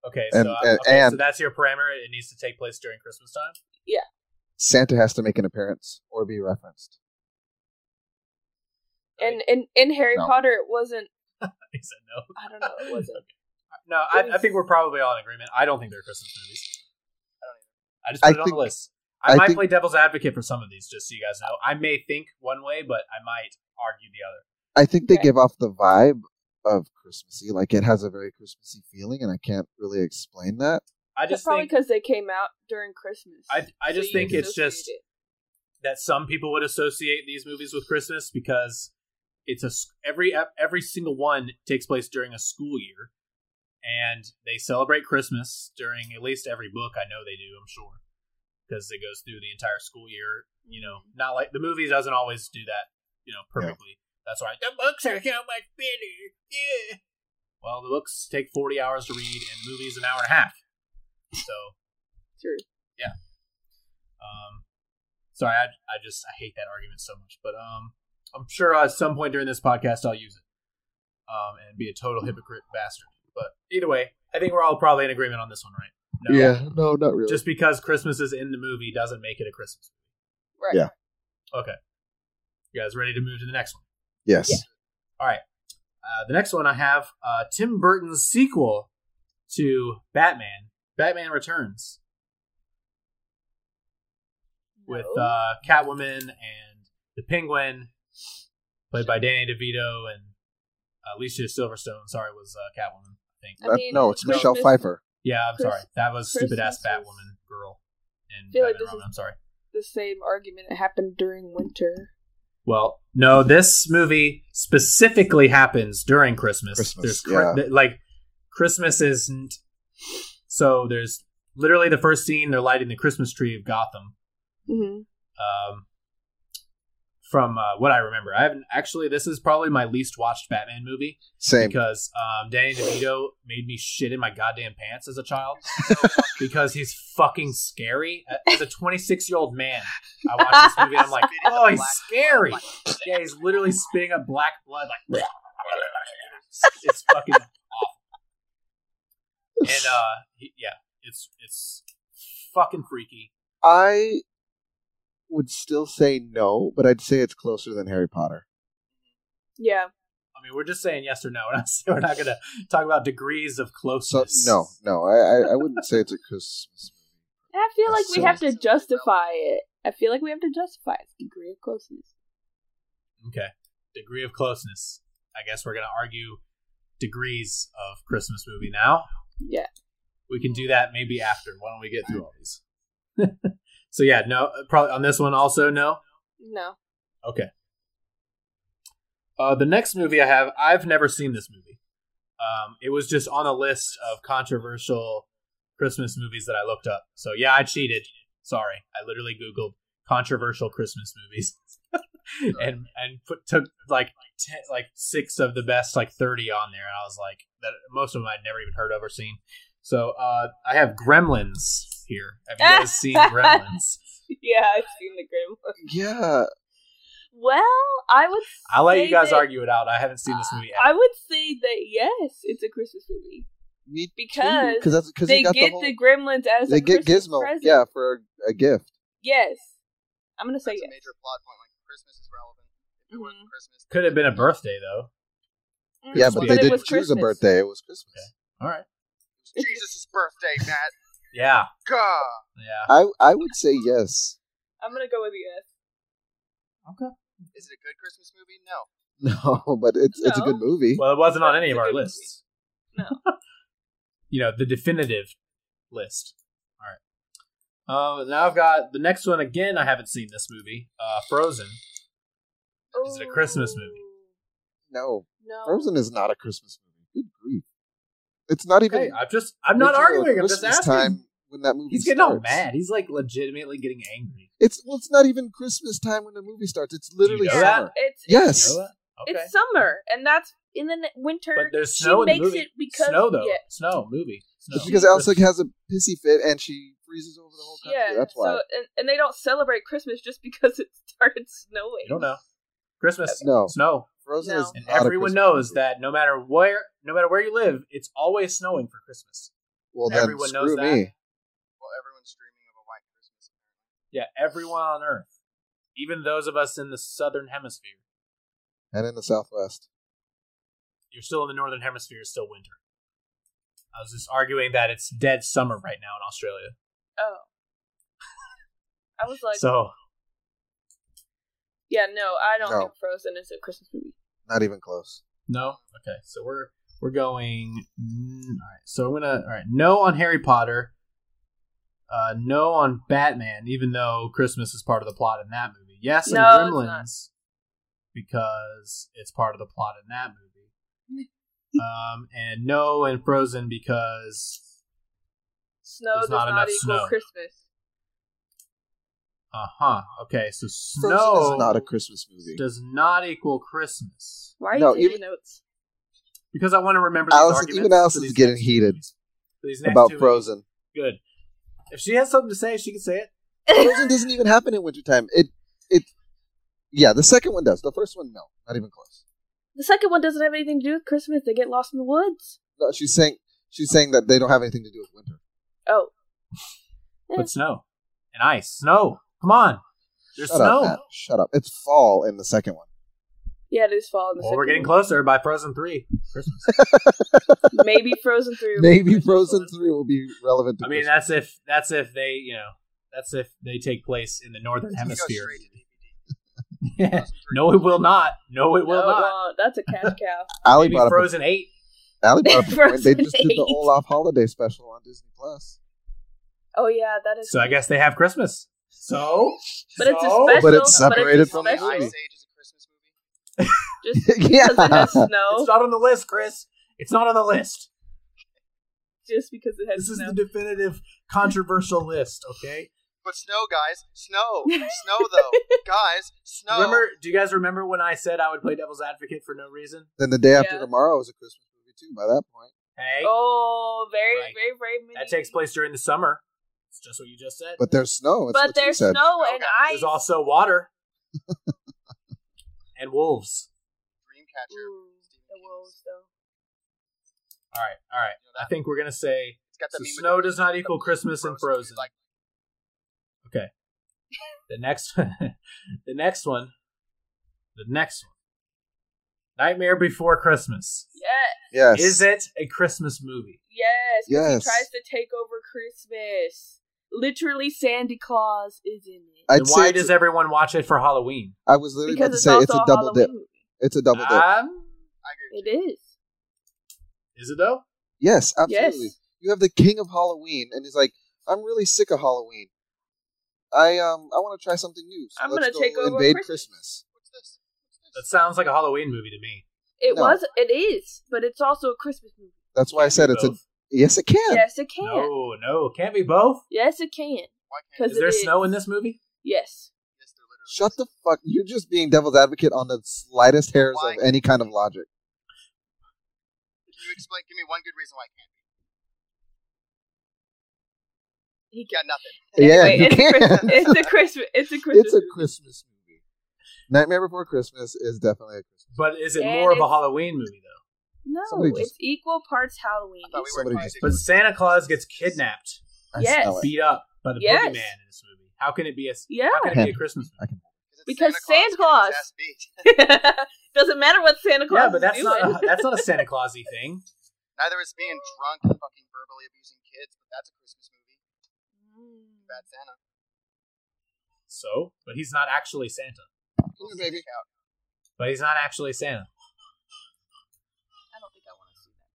Speaker 1: Okay,
Speaker 2: And-
Speaker 1: so okay,
Speaker 2: and-
Speaker 1: so
Speaker 2: and-
Speaker 1: that's your parameter. It needs to take place during Christmas time. <laughs>
Speaker 2: Santa has to make an appearance or be referenced.
Speaker 4: And in in Harry
Speaker 2: No.
Speaker 4: Potter, it wasn't.
Speaker 1: He said no.
Speaker 4: I
Speaker 1: <coughs>
Speaker 4: don't know, it wasn't.
Speaker 1: No, I, I think we're probably all in agreement. I don't think they're Christmas movies. I just put
Speaker 2: I
Speaker 1: it on
Speaker 2: think-
Speaker 1: the list. I,
Speaker 2: I
Speaker 1: might
Speaker 2: think-
Speaker 1: play devil's advocate for some of these, just so you guys know. I may think one way, but I might argue the other.
Speaker 2: I think they
Speaker 4: Okay.
Speaker 2: give off the vibe of Christmassy. Like it has a very Christmassy feeling, and I can't really explain that.
Speaker 1: I
Speaker 4: That's
Speaker 1: just
Speaker 4: probably
Speaker 1: think
Speaker 4: because they came out during Christmas.
Speaker 1: I I just
Speaker 4: So you
Speaker 1: think it's
Speaker 4: associate
Speaker 1: just
Speaker 4: it.
Speaker 1: that some people would associate these movies with Christmas because it's a s- every ep- every single one takes place during a school year, and they celebrate Christmas during at least every book. I know they do. I'm sure because it goes through the entire school year. You know, not like the movie doesn't always do that. You know, perfectly. That's why the books are so much better. Yeah. Well, the books take 40 hours to read, and the movie's an hour and a half. So.
Speaker 4: True.
Speaker 1: Um, sorry, I, I just I hate that argument so much, but um, I'm sure at some point during this podcast I'll use it, um, and be a total hypocrite bastard. But either way, I think we're all probably in agreement on this one, right?
Speaker 2: no, not really.
Speaker 1: Just because Christmas is in the movie doesn't make it a Christmas.
Speaker 4: Right.
Speaker 2: Yeah.
Speaker 1: You guys ready to move to the next one?
Speaker 2: yes.
Speaker 1: Uh, the next one I have uh, Tim Burton's sequel to Batman, Batman Returns, with
Speaker 4: No.
Speaker 1: uh, Catwoman and the Penguin, played by Danny DeVito and Alicia Silverstone. Sorry, was uh, Catwoman. I think.
Speaker 4: I
Speaker 2: That-
Speaker 4: mean,
Speaker 2: no, it's
Speaker 4: Christmas-
Speaker 2: Michelle Pfeiffer.
Speaker 1: Yeah, I'm
Speaker 4: Chris-
Speaker 1: sorry. That was stupid ass
Speaker 4: Christmas is-
Speaker 1: Batwoman girl. And
Speaker 4: feel like
Speaker 1: Batman
Speaker 4: this
Speaker 1: Robin.
Speaker 4: is-
Speaker 1: I'm sorry.
Speaker 4: the same argument that happened during winter.
Speaker 1: Well, no, this movie specifically happens during Christmas.
Speaker 2: Christmas,
Speaker 1: there's cri-
Speaker 2: yeah.
Speaker 1: th- like Christmas isn't so there's literally the first scene they're lighting the Christmas tree of Gotham.
Speaker 4: Mm-hmm.
Speaker 1: Um from uh, what I remember, I haven't actually. This is probably my least watched Batman movie
Speaker 2: Same.
Speaker 1: because um, Danny DeVito made me shit in my goddamn pants as a
Speaker 2: <laughs>
Speaker 1: child because he's fucking scary. As a 26 year old man, I watched this movie and I'm like, oh, he's scary. Yeah, he's literally spitting up black blood. Like, it's fucking awful.
Speaker 2: <laughs>
Speaker 1: And uh, he- yeah, it's it's fucking freaky.
Speaker 2: I would still say no, but I'd say it's closer than Harry Potter.
Speaker 4: Yeah.
Speaker 1: I mean, we're just saying yes or no. <laughs> We're not, we're not gonna talk about degrees of
Speaker 2: So
Speaker 1: closeness.
Speaker 2: no, no, I, I, I wouldn't say it's a Christmas.
Speaker 4: I feel like
Speaker 2: That's
Speaker 4: we
Speaker 2: so-
Speaker 4: have to justify it. I feel like we have to justify its degree of closeness.
Speaker 1: Okay. Degree of closeness. I guess we're going to argue degrees of Christmas movie now.
Speaker 4: Yeah.
Speaker 1: We can do that maybe after. Why don't we get through all these? <laughs> so yeah, no, probably on this one also no. <laughs>
Speaker 4: No.
Speaker 1: Okay. Uh, the next movie I have, I've never seen this movie. Um, it was just on a list of controversial Christmas movies that I looked up. So yeah, I cheated. Sorry, I literally googled controversial Christmas movies, <laughs> and and put took like ten, like six of the best like thirty on there, and I was like that most of them I'd never even heard of or seen. So uh, I have Gremlins here. Have you guys seen Gremlins?
Speaker 4: Yeah, I've seen the grim. <laughs>
Speaker 2: Yeah,
Speaker 4: Well, I would.
Speaker 1: I'll let
Speaker 4: say
Speaker 1: you guys
Speaker 4: that-
Speaker 1: argue it out. I haven't seen this movie. Ever.
Speaker 4: I would say that yes, it's a Christmas movie
Speaker 2: me too,
Speaker 4: because
Speaker 2: that's because
Speaker 4: they
Speaker 2: he got
Speaker 4: get the,
Speaker 2: the whole
Speaker 4: gremlins as
Speaker 2: they
Speaker 4: a
Speaker 2: get
Speaker 4: Christmas
Speaker 2: Gizmo
Speaker 4: present.
Speaker 2: yeah for a, a gift.
Speaker 4: Yes, I'm gonna say Mm-hmm.
Speaker 3: That's a
Speaker 4: yes.
Speaker 3: major plot point. Like Christmas is relevant. If it wasn't Christmas,
Speaker 1: Could have been a birthday though.
Speaker 4: Mm,
Speaker 2: Yeah,
Speaker 1: Christmas.
Speaker 2: but
Speaker 1: But
Speaker 2: they
Speaker 1: it
Speaker 2: didn't
Speaker 4: was
Speaker 2: choose a
Speaker 4: Christmas.
Speaker 2: birthday. It was Christmas.
Speaker 1: All right.
Speaker 3: It was Jesus' birthday, Matt.
Speaker 1: Yeah.
Speaker 3: Gah.
Speaker 1: Yeah.
Speaker 2: I I would say yes. <laughs>
Speaker 4: I'm gonna go with yes.
Speaker 3: Is it a good Christmas movie? No.
Speaker 2: No, but it's it's a
Speaker 4: No.
Speaker 2: good movie.
Speaker 1: Well, it wasn't on any of
Speaker 4: It's a
Speaker 1: our
Speaker 4: good
Speaker 1: lists. <laughs>
Speaker 4: movie.
Speaker 1: you know, the definitive list. All right. Uh, now I've got the next one again. I haven't seen this movie, uh, Frozen. Is it a Christmas movie?
Speaker 2: No,
Speaker 4: Oh, No.
Speaker 2: Frozen is not a Christmas movie. Good grief! It's not even.
Speaker 1: Okay, I'm just I'm not
Speaker 2: original
Speaker 1: arguing. I'm just
Speaker 2: Christmas
Speaker 1: asking.
Speaker 2: time when that movie
Speaker 1: He's getting all
Speaker 2: starts.
Speaker 1: mad. He's like legitimately getting angry.
Speaker 2: It's well, it's not even Christmas time when the movie starts. It's literally
Speaker 1: know
Speaker 4: yeah,
Speaker 2: summer.
Speaker 4: it's
Speaker 2: Yes.
Speaker 1: You know that? Okay.
Speaker 4: it's summer, and that's in the n- winter.
Speaker 1: but there's
Speaker 4: she
Speaker 1: snow in the
Speaker 4: makes
Speaker 1: movie.
Speaker 4: it because
Speaker 1: snow though.
Speaker 4: yeah,
Speaker 1: Snow movie. Snow.
Speaker 2: It's because Elsa has a pissy fit and she freezes over the whole country.
Speaker 4: yeah.
Speaker 2: That's why.
Speaker 4: So and, and they don't celebrate Christmas just <laughs> because it started snowing.
Speaker 1: You don't know. Christmas.
Speaker 2: no,
Speaker 1: Snow.
Speaker 2: Frozen
Speaker 4: No.
Speaker 2: is
Speaker 1: And
Speaker 2: not a
Speaker 1: everyone
Speaker 2: Christmas
Speaker 1: knows
Speaker 2: movie.
Speaker 1: that no matter where no matter where you live, it's always snowing for Christmas.
Speaker 2: Well, then
Speaker 1: everyone
Speaker 2: screw
Speaker 1: knows that.
Speaker 2: me.
Speaker 3: Well, everyone's dreaming of a white Christmas.
Speaker 1: Yeah, everyone on earth. Even those of us in the southern hemisphere.
Speaker 2: And in the Southwest,
Speaker 1: You're still in the northern hemisphere, it's still winter. I was just arguing that it's dead summer right now in Australia.
Speaker 4: Oh, <laughs> I was like,
Speaker 1: so
Speaker 4: yeah, no, I don't
Speaker 2: No.
Speaker 4: think Frozen is a Christmas movie.
Speaker 2: not even close.
Speaker 1: No. Okay. So we're we're going. mm, All right. So I'm gonna. All right. No on Harry Potter. Uh, no on Batman, even though Christmas is part of the plot in that movie. Yes, and
Speaker 4: No, it's
Speaker 1: Gremlins because it's part of the plot in that
Speaker 4: <laughs>
Speaker 1: movie. um, and no and Frozen because
Speaker 4: Snow
Speaker 1: There's
Speaker 4: does
Speaker 1: not
Speaker 4: not,
Speaker 1: enough
Speaker 4: equal
Speaker 1: snow.
Speaker 4: Christmas.
Speaker 1: uh huh. Okay. So
Speaker 2: Frozen
Speaker 1: snow
Speaker 2: is not a Christmas movie.
Speaker 1: does not equal Christmas
Speaker 4: Why are you
Speaker 2: No,
Speaker 4: taking
Speaker 2: even-
Speaker 4: notes?
Speaker 1: because I want to remember. these
Speaker 2: Allison-
Speaker 1: arguments
Speaker 2: even
Speaker 1: for
Speaker 2: Allison's
Speaker 1: these
Speaker 2: getting
Speaker 1: next
Speaker 2: heated
Speaker 1: two weeks. For these next
Speaker 2: About
Speaker 1: two weeks.
Speaker 2: Frozen.
Speaker 1: Good. If she has something to say, she can say it.
Speaker 2: Frozen doesn't even happen in wintertime. It, it, yeah, the second one does. The first one, no, not even close.
Speaker 4: The second one doesn't have anything to do with Christmas. They get lost in the woods.
Speaker 2: No, she's saying she's saying that they don't have anything to do with winter.
Speaker 4: Oh,
Speaker 1: But snow and ice, snow. Come on, there's
Speaker 2: Shut
Speaker 1: snow.
Speaker 2: up, Matt. Shut up. It's fall in the second one.
Speaker 4: yeah, it is fall in the
Speaker 1: well,
Speaker 4: second
Speaker 1: we're getting
Speaker 4: one.
Speaker 1: closer by Frozen Three. Christmas.
Speaker 4: Maybe Frozen
Speaker 2: <laughs>
Speaker 4: Three. will be
Speaker 2: Maybe
Speaker 4: Christmas
Speaker 2: Frozen
Speaker 4: one.
Speaker 2: three will be relevant. To
Speaker 1: I mean,
Speaker 2: Christmas.
Speaker 1: that's if that's if they, you know, that's if they take place in the northern
Speaker 3: Let's just go
Speaker 1: hemisphere.
Speaker 3: straight to
Speaker 1: <laughs>
Speaker 3: DVD.
Speaker 1: Yeah. no, it will not. No, it will
Speaker 4: No,
Speaker 1: not.
Speaker 4: well, that's a cash
Speaker 1: <laughs>
Speaker 4: cow.
Speaker 2: Allie
Speaker 1: Maybe
Speaker 2: brought up. A,
Speaker 1: Frozen Eight.
Speaker 2: Allie brought up. A point. They
Speaker 4: Frozen
Speaker 2: just
Speaker 1: <laughs>
Speaker 2: did the
Speaker 4: eight.
Speaker 2: Olaf holiday special on Disney Plus. <laughs>
Speaker 4: oh yeah, that is.
Speaker 1: So I guess they have Christmas. So,
Speaker 4: But it's a
Speaker 1: so-
Speaker 4: special.
Speaker 2: But it's
Speaker 4: but
Speaker 2: separated
Speaker 4: it's a
Speaker 2: from the
Speaker 3: Ice
Speaker 4: special,
Speaker 2: movie.
Speaker 3: Age is a Christmas movie.
Speaker 4: Just
Speaker 2: <laughs> yeah,
Speaker 4: because it has snow.
Speaker 1: It's not on the list, Chris. It's not on the list.
Speaker 4: just because it has
Speaker 1: This is
Speaker 4: snow.
Speaker 1: the definitive controversial list. Okay.
Speaker 3: But snow, guys, snow, snow
Speaker 4: <laughs>
Speaker 3: though, guys, snow.
Speaker 1: Remember? Do you guys remember when I said I would play devil's advocate for no reason?
Speaker 2: Then the day after
Speaker 4: Yeah.
Speaker 2: tomorrow is a Christmas movie too. By that point,
Speaker 1: Hey,
Speaker 4: Oh, very,
Speaker 1: Right.
Speaker 4: very, very many.
Speaker 1: that takes place during the summer. It's just what you just said.
Speaker 2: but there's snow. It's
Speaker 4: But
Speaker 2: what you
Speaker 4: there's
Speaker 2: said.
Speaker 4: snow and ice.
Speaker 1: There's also water
Speaker 2: <laughs>
Speaker 1: and wolves.
Speaker 3: Dreamcatcher.
Speaker 4: Ooh, the wolves, though.
Speaker 1: All right, all right. I think we're gonna say
Speaker 3: It's got
Speaker 1: so
Speaker 3: the meme of
Speaker 1: snow
Speaker 3: the-
Speaker 1: does not equal
Speaker 3: the-
Speaker 1: Christmas and Frozen.
Speaker 3: Like,
Speaker 1: The next, <laughs> the next one, the next one. Nightmare Before Christmas.
Speaker 4: Yes,
Speaker 2: Yes.
Speaker 1: Is it a Christmas movie?
Speaker 4: yes. 'cause
Speaker 2: Yes.
Speaker 4: He tries to take over Christmas. Literally, Santa Claus is in it.
Speaker 2: I'd
Speaker 1: Then
Speaker 2: say
Speaker 1: why
Speaker 2: it's-
Speaker 1: does everyone watch it for Halloween?
Speaker 2: I was literally
Speaker 4: because
Speaker 2: about to
Speaker 4: it's
Speaker 2: say
Speaker 4: also
Speaker 2: it's a
Speaker 4: a
Speaker 2: double
Speaker 4: Halloween
Speaker 2: dip.
Speaker 4: movie.
Speaker 2: It's a double dip.
Speaker 1: Um,
Speaker 3: I agree.
Speaker 4: It is.
Speaker 1: is it though?
Speaker 2: Yes, absolutely.
Speaker 4: Yes.
Speaker 2: You have the king of Halloween, and he's like, "I'm really sick of Halloween. I um, I want to try something new. So
Speaker 4: I'm
Speaker 2: let's
Speaker 4: gonna
Speaker 2: go
Speaker 4: take over
Speaker 2: invade
Speaker 4: Christmas."
Speaker 2: Christmas.
Speaker 3: What's this?
Speaker 1: That sounds like a Halloween movie to me.
Speaker 4: It
Speaker 2: No.
Speaker 4: was. It is. But it's also a Christmas movie.
Speaker 2: That's why I said it's a
Speaker 1: Both.
Speaker 2: yes. It can.
Speaker 4: Yes, it can.
Speaker 1: no, no, can't be both.
Speaker 4: Yes, it
Speaker 3: Why
Speaker 4: can.
Speaker 3: can't
Speaker 4: Because
Speaker 1: Is there
Speaker 4: it is.
Speaker 1: snow in this movie?
Speaker 4: Yes.
Speaker 3: yes, they're literally
Speaker 2: Shut the fuck. You're just being devil's advocate on the slightest hairs
Speaker 3: Why?
Speaker 2: of any kind of logic.
Speaker 3: Can you explain? Give me one good reason why it can't.
Speaker 4: He
Speaker 3: Got nothing.
Speaker 2: yeah,
Speaker 4: Anyway,
Speaker 2: you
Speaker 4: it's,
Speaker 2: can.
Speaker 4: A
Speaker 2: <laughs>
Speaker 4: Christmas, it's a Christmas. It's a Christmas.
Speaker 2: It's a
Speaker 4: movie.
Speaker 2: Christmas movie. Nightmare Before Christmas is definitely a Christmas.
Speaker 1: But is it
Speaker 4: And
Speaker 1: more of a
Speaker 4: it's-
Speaker 1: Halloween movie though?
Speaker 4: No,
Speaker 2: Somebody
Speaker 4: it's
Speaker 2: just-
Speaker 4: equal parts Halloween.
Speaker 3: I thought we
Speaker 2: Somebody
Speaker 3: were
Speaker 2: just-
Speaker 3: fighting.
Speaker 1: But Santa Claus gets kidnapped.
Speaker 2: I
Speaker 4: Yes.
Speaker 2: smell it.
Speaker 1: beat up by the
Speaker 4: Yes.
Speaker 1: boogeyman in this movie. How can it be a
Speaker 4: Yeah.
Speaker 1: <laughs> how can it be a Christmas movie?
Speaker 3: it's
Speaker 4: because Santa
Speaker 3: Claus getting his
Speaker 4: Claus-
Speaker 3: ass beat.
Speaker 4: Doesn't matter what Santa Claus
Speaker 1: Yeah, but that's
Speaker 4: is
Speaker 1: not
Speaker 4: doing.
Speaker 1: a, that's
Speaker 4: <laughs>
Speaker 1: not a Santa Clausy thing.
Speaker 3: <laughs> Neither is being drunk and fucking verbally abusing kids, but that's a Christmas movie.
Speaker 4: Mm.
Speaker 3: Bad Santa.
Speaker 1: So, but he's not actually Santa.
Speaker 2: Come here, baby.
Speaker 3: Out.
Speaker 1: But he's not actually Santa.
Speaker 4: I don't think I want to see that.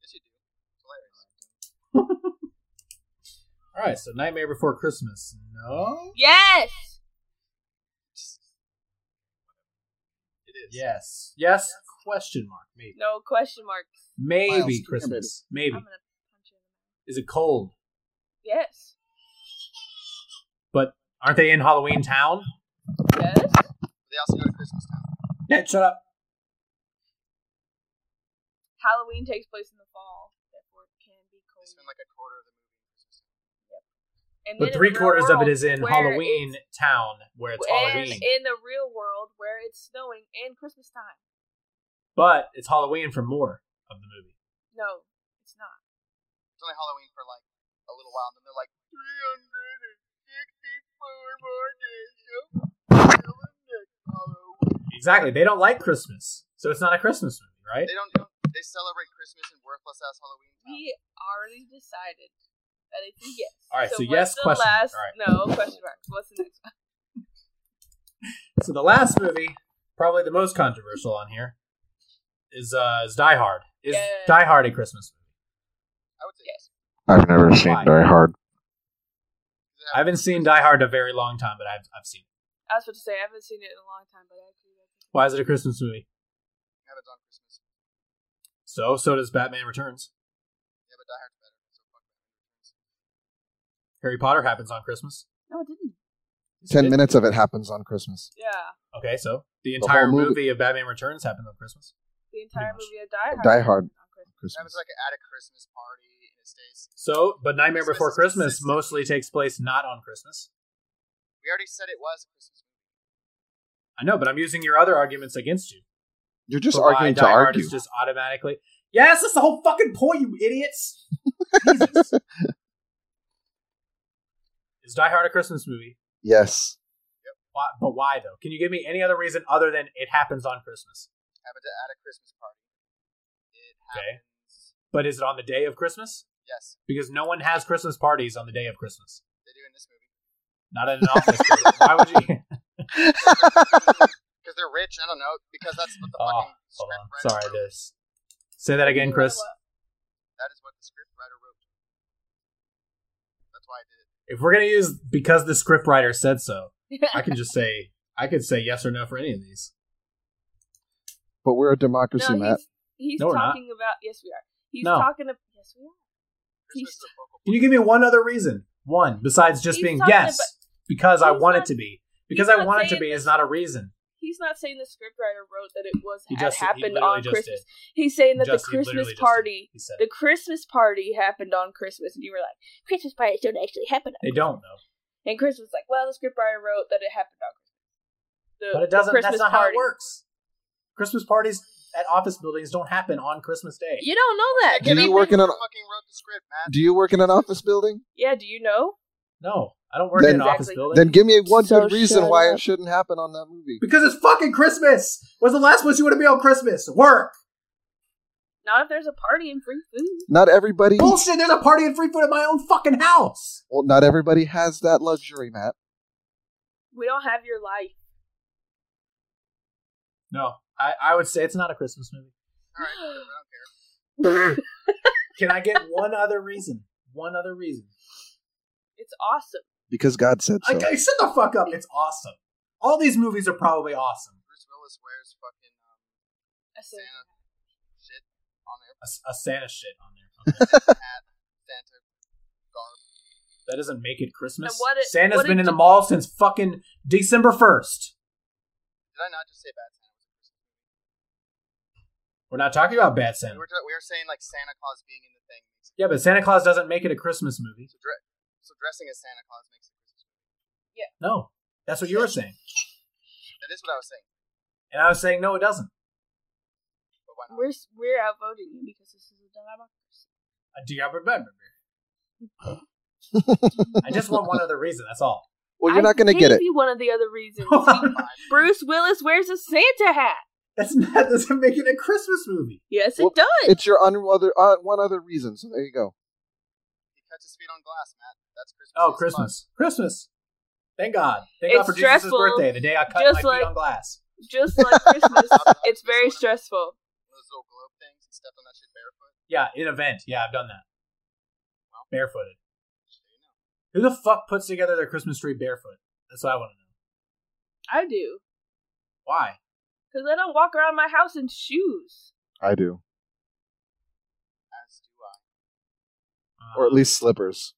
Speaker 3: Yes, you do. It's hilarious.
Speaker 1: All right, so Nightmare Before Christmas. No.
Speaker 4: Yes.
Speaker 3: It is.
Speaker 1: Yes. Yes. Question mark. Maybe.
Speaker 4: No question marks.
Speaker 1: Maybe
Speaker 2: Miles, come here,
Speaker 1: Christmas. Maybe.
Speaker 4: I'm gonna punch
Speaker 1: Is it cold?
Speaker 4: him. Yes.
Speaker 1: Aren't they in Halloween Town?
Speaker 4: Yes.
Speaker 3: They also go to Christmas Town.
Speaker 1: Yeah, shut up.
Speaker 4: Halloween takes place in the fall, therefore it can be
Speaker 3: They
Speaker 4: cold.
Speaker 3: spend like a quarter of the movie in Christmas Town.
Speaker 4: And
Speaker 1: But
Speaker 4: then in the
Speaker 1: three
Speaker 4: real
Speaker 1: quarters of it
Speaker 4: world,
Speaker 1: is in
Speaker 4: where
Speaker 1: Halloween
Speaker 4: it's-
Speaker 1: Town, where it's
Speaker 4: and
Speaker 1: Halloween.
Speaker 4: in the real world where it's snowing and Christmas time.
Speaker 1: but it's Halloween for more of the movie.
Speaker 4: No, it's not.
Speaker 3: It's only Halloween for like a little while, and then they're like 364 more days. of Halloween.
Speaker 1: Exactly. They don't like Christmas, so it's not a Christmas movie, right?
Speaker 3: They don't. They, don't- they celebrate Christmas in worthless ass Halloween. Town.
Speaker 4: We already decided that it's a yes.
Speaker 1: All right, so
Speaker 4: what's
Speaker 1: yes,
Speaker 4: the
Speaker 1: question mark.
Speaker 4: Last,
Speaker 1: All right.
Speaker 4: No, question mark. What's the next one?
Speaker 1: So the last movie, probably the most controversial on here, is uh is Die Hard. Is
Speaker 4: Yeah.
Speaker 1: Die Hard a Christmas movie?
Speaker 3: I would say yes.
Speaker 2: I've never seen
Speaker 1: Why?
Speaker 2: Die Hard.
Speaker 1: I haven't seen Die Hard in a very long time, but I've I've seen it.
Speaker 4: I was about to say, I haven't seen it in a long time, but I actually like it.
Speaker 1: Why is it a Christmas movie?
Speaker 3: Have it on Christmas.
Speaker 1: So so does Batman Returns.
Speaker 3: Yeah, but Die Hard's better. So fuck that.
Speaker 1: Harry Potter happens on Christmas.
Speaker 4: No, it didn't.
Speaker 2: Ten minutes of it happens on Christmas.
Speaker 4: Yeah.
Speaker 1: Okay, so the
Speaker 2: The
Speaker 1: entire
Speaker 2: whole
Speaker 1: movie.
Speaker 2: movie.
Speaker 1: of Batman Returns happens on Christmas.
Speaker 4: The entire
Speaker 1: much.
Speaker 4: movie of Die Hard.
Speaker 2: Die Hard.
Speaker 4: on Christmas.
Speaker 3: That
Speaker 2: Christmas.
Speaker 3: was like at a Christmas party, and it stays.
Speaker 1: So, but Nightmare
Speaker 3: Christmas
Speaker 1: Before
Speaker 3: is
Speaker 1: Christmas
Speaker 3: consistent.
Speaker 1: mostly takes place not on Christmas.
Speaker 3: We already said it was a Christmas movie.
Speaker 1: I know, but I'm using your other arguments against you.
Speaker 2: You're just
Speaker 1: For why
Speaker 2: arguing
Speaker 1: Die
Speaker 2: to
Speaker 1: Hard
Speaker 2: argue.
Speaker 1: Is just automatically. Yes, that's the whole fucking point, you idiots.
Speaker 2: <laughs>
Speaker 1: Jesus. Is Die Hard a Christmas movie?
Speaker 2: Yes.
Speaker 1: Why, but why though? Can you give me any other reason other than it happens on Christmas?
Speaker 3: Have it at a Christmas party. It
Speaker 1: Okay.
Speaker 3: happens.
Speaker 1: But is it on the day of Christmas?
Speaker 3: Yes,
Speaker 1: Because no one has Christmas parties on the day of Christmas.
Speaker 3: they do in this
Speaker 1: <laughs>
Speaker 3: movie
Speaker 1: Not in an office. building. why would you?
Speaker 3: because they're rich. I don't know because that's what the
Speaker 1: Oh,
Speaker 3: fucking
Speaker 1: Hold
Speaker 3: script
Speaker 1: on.
Speaker 3: writer
Speaker 1: Sorry,
Speaker 3: wrote.
Speaker 1: this. Say that again, Chris.
Speaker 3: That is what the script writer wrote. That's why I did it.
Speaker 1: If we're gonna use because the scriptwriter said so, I can just say I could say yes or no for any of these.
Speaker 2: But we're a democracy,
Speaker 4: no,
Speaker 2: Matt.
Speaker 4: he's, he's
Speaker 1: No, we're not.
Speaker 4: talking about. Yes, we are. He's
Speaker 1: No.
Speaker 4: talking about. Yes, we are.
Speaker 3: Christmas
Speaker 4: He's-
Speaker 3: is a focal
Speaker 1: Can
Speaker 3: point.
Speaker 1: you give me one other reason? One besides just
Speaker 4: He's
Speaker 1: being
Speaker 4: talking
Speaker 1: yes, because I
Speaker 4: he's
Speaker 1: want it
Speaker 4: not-
Speaker 1: to be. Because
Speaker 4: he's
Speaker 1: I
Speaker 4: not
Speaker 1: want it to
Speaker 4: saying
Speaker 1: be is not a reason.
Speaker 4: He's not saying the scriptwriter wrote that it was
Speaker 1: He
Speaker 4: had
Speaker 1: just- he
Speaker 4: happened
Speaker 1: literally
Speaker 4: on
Speaker 1: just
Speaker 4: Christmas.
Speaker 1: did.
Speaker 4: He's saying that
Speaker 1: Just-
Speaker 4: the
Speaker 1: he literally
Speaker 4: Christmas
Speaker 1: just did.
Speaker 4: party,
Speaker 1: He said
Speaker 4: the Christmas party happened on Christmas, and you were like, Christmas parties don't actually happen. On
Speaker 1: they don't though,
Speaker 4: Christmas." And Chris was like, well, the scriptwriter wrote that it happened on Christmas. The,
Speaker 1: but it
Speaker 4: the
Speaker 1: doesn't.
Speaker 4: Christmas
Speaker 1: that's not
Speaker 4: party.
Speaker 1: how it works. Christmas parties at office buildings don't happen on Christmas Day.
Speaker 4: You don't know that.
Speaker 2: Do you
Speaker 4: Kevin.
Speaker 2: work in an
Speaker 3: fucking wrote the script, man.
Speaker 2: Do you work in an office building?
Speaker 4: Yeah. Do you know?
Speaker 1: No, I don't work
Speaker 2: Then-
Speaker 1: in an office
Speaker 4: Exactly.
Speaker 1: building.
Speaker 2: Then give me one
Speaker 4: So
Speaker 2: good reason
Speaker 4: shut
Speaker 2: why
Speaker 4: up.
Speaker 2: it shouldn't happen on that movie.
Speaker 1: because it's fucking Christmas. Was the last place you want to be on Christmas? Work.
Speaker 4: Not if there's a party and free food.
Speaker 2: Not everybody. Well,
Speaker 1: Bullshit. There's a party and free food at my own fucking house.
Speaker 2: not everybody has that luxury, Matt.
Speaker 4: We don't have your life.
Speaker 1: No, I, I would say it's not a Christmas movie.
Speaker 3: All right, whatever, I don't care.
Speaker 1: Can I get one other reason? One other reason.
Speaker 4: <gasps> It's awesome.
Speaker 2: Because God said so.
Speaker 1: Like, I shut the fuck up. It's awesome. All these movies are probably awesome.
Speaker 3: Bruce Willis wears fucking um,
Speaker 4: I said,
Speaker 3: Santa shit on
Speaker 1: <laughs>
Speaker 3: there.
Speaker 1: A, s- a Santa shit on there. Okay.
Speaker 3: Santa garb.
Speaker 1: that doesn't make it Christmas.
Speaker 4: And what it-
Speaker 1: Santa's
Speaker 4: what
Speaker 1: been in
Speaker 4: it
Speaker 1: the
Speaker 4: did-
Speaker 1: mall since fucking December first.
Speaker 3: Did I not just say bad Santa?
Speaker 1: We're not talking about Bad Santa.
Speaker 3: We were, ta- we were saying like Santa Claus being in the thing.
Speaker 1: Yeah, but Santa Claus doesn't make it a Christmas movie.
Speaker 3: So, dre- so dressing as Santa Claus makes it Christmas.
Speaker 1: No, that's what you were saying,
Speaker 3: That is what I was saying.
Speaker 1: and I was saying no, it doesn't.
Speaker 3: But why not?
Speaker 4: we're we're outvoting you because this is a democracy.
Speaker 1: I Uh, do I remember? I just want one other reason. That's all.
Speaker 2: <laughs>
Speaker 1: <laughs>
Speaker 2: well, you're not going to
Speaker 4: to
Speaker 2: get it.
Speaker 4: you one of the other reasons. He- Bruce Willis wears a Santa hat.
Speaker 1: that's not doesn't make it a Christmas movie.
Speaker 4: Yes, it
Speaker 2: Well,
Speaker 4: does.
Speaker 2: It's your un- other, uh, one other reason. So there you go.
Speaker 3: He cuts his feet on glass, Matt. That's Christmas.
Speaker 1: Oh,
Speaker 3: as fuck.
Speaker 1: Christmas. Christmas. Thank God. Thank God
Speaker 4: It's
Speaker 1: for Jesus'
Speaker 4: stressful,
Speaker 1: birthday, the day I cut
Speaker 4: just
Speaker 1: my feet
Speaker 4: like-
Speaker 1: on glass.
Speaker 4: Just like
Speaker 2: <laughs>
Speaker 4: Christmas, it's very stressful.
Speaker 3: Those little globe things and stepped on that shit barefoot.
Speaker 1: Yeah, in event. Yeah, I've done that. Barefooted. Who the fuck puts together their Christmas tree barefoot? That's what I want to know.
Speaker 4: I do
Speaker 1: Why?
Speaker 4: because I don't walk around my house in shoes.
Speaker 2: I do.
Speaker 3: As do
Speaker 1: Uh,
Speaker 3: I.
Speaker 1: Um,
Speaker 2: Or at least slippers.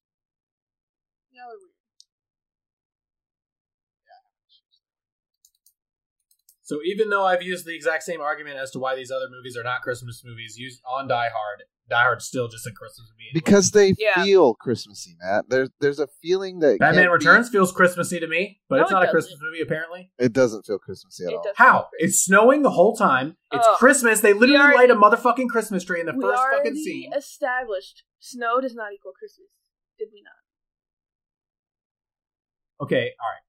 Speaker 1: So even though I've used the exact same argument as to why these other movies are not Christmas movies, used on Die Hard, Die Hard's still just a Christmas movie. anyway.
Speaker 2: because they
Speaker 4: Yeah.
Speaker 2: feel Christmassy, Matt. There's there's a feeling that
Speaker 1: Batman
Speaker 2: can't be-
Speaker 1: Returns feels Christmassy to me, but
Speaker 4: No,
Speaker 1: it's
Speaker 4: it
Speaker 1: not a
Speaker 4: doesn't.
Speaker 1: Christmas movie apparently.
Speaker 2: it doesn't feel Christmassy at
Speaker 4: It
Speaker 2: all.
Speaker 4: does-
Speaker 1: How? It's snowing the whole time. It's
Speaker 4: Ugh.
Speaker 1: Christmas. They literally
Speaker 4: already-
Speaker 1: light a motherfucking Christmas tree in the
Speaker 4: we
Speaker 1: first
Speaker 4: already
Speaker 1: fucking scene.
Speaker 4: established snow does not equal Christmas. Did we not?
Speaker 1: Okay, all right.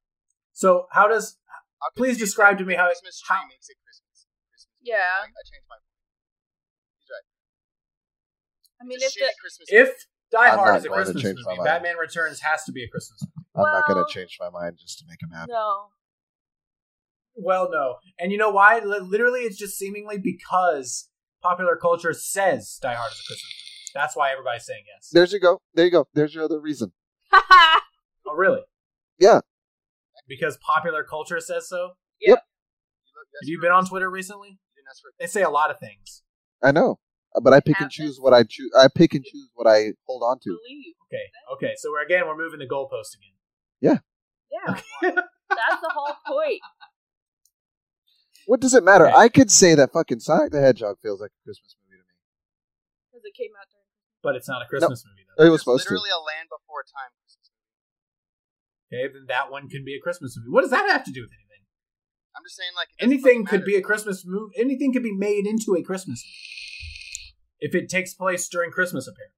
Speaker 1: So how does?
Speaker 3: I'll
Speaker 1: Please
Speaker 3: concede
Speaker 1: describe
Speaker 3: that
Speaker 1: to me how-
Speaker 3: Christmas tree
Speaker 1: how-
Speaker 3: makes it Christmas. Christmas.
Speaker 4: Yeah.
Speaker 3: I, I changed my.
Speaker 4: I mean, if
Speaker 3: It's a
Speaker 4: the
Speaker 3: shitty Christmas.
Speaker 1: If Die
Speaker 2: I'm
Speaker 1: Hard
Speaker 2: not
Speaker 1: is a
Speaker 2: going to
Speaker 1: Christmas
Speaker 2: change
Speaker 1: movie,
Speaker 2: my mind.
Speaker 1: Batman Returns has to be a Christmas movie.
Speaker 2: I'm not gonna
Speaker 4: Well-
Speaker 2: change my mind just to make him happy.
Speaker 4: no,
Speaker 2: <laughs>
Speaker 4: <laughs>
Speaker 1: Well, no. And you know why? Li- Literally, it's just seemingly because popular culture says Die Hard is a Christmas movie. That's why everybody's saying yes.
Speaker 2: There you go. There you go. There's your other reason.
Speaker 1: Oh, really?
Speaker 2: Yeah.
Speaker 1: Because popular culture says so?
Speaker 3: You look-
Speaker 1: Have
Speaker 3: yes,
Speaker 1: you been on Twitter recently?
Speaker 3: you didn't ask for-
Speaker 1: They say a lot of things.
Speaker 2: I know. Uh, But I pick and choose what I choose. I pick and choose what I hold on to.
Speaker 1: <laughs>
Speaker 4: believe.
Speaker 1: Okay, okay. So we're again, we're moving the goalpost again.
Speaker 4: Yeah, that's the whole point.
Speaker 2: What does it matter?
Speaker 1: Okay.
Speaker 2: I could say that fucking Sonic the Hedgehog feels like a Christmas movie to
Speaker 4: Because it came out during.
Speaker 1: But it's not a Christmas movie, though.
Speaker 2: me. It was
Speaker 3: It's
Speaker 2: supposed to.
Speaker 3: literally a land before time.
Speaker 1: Okay, then that one can be a Christmas movie. What does that have to do with anything?
Speaker 3: I'm just saying, like it doesn't
Speaker 1: Anything
Speaker 3: fucking
Speaker 1: could be
Speaker 3: matter.
Speaker 1: a Christmas movie. Anything could be made into a Christmas movie if it takes place during Christmas, apparently.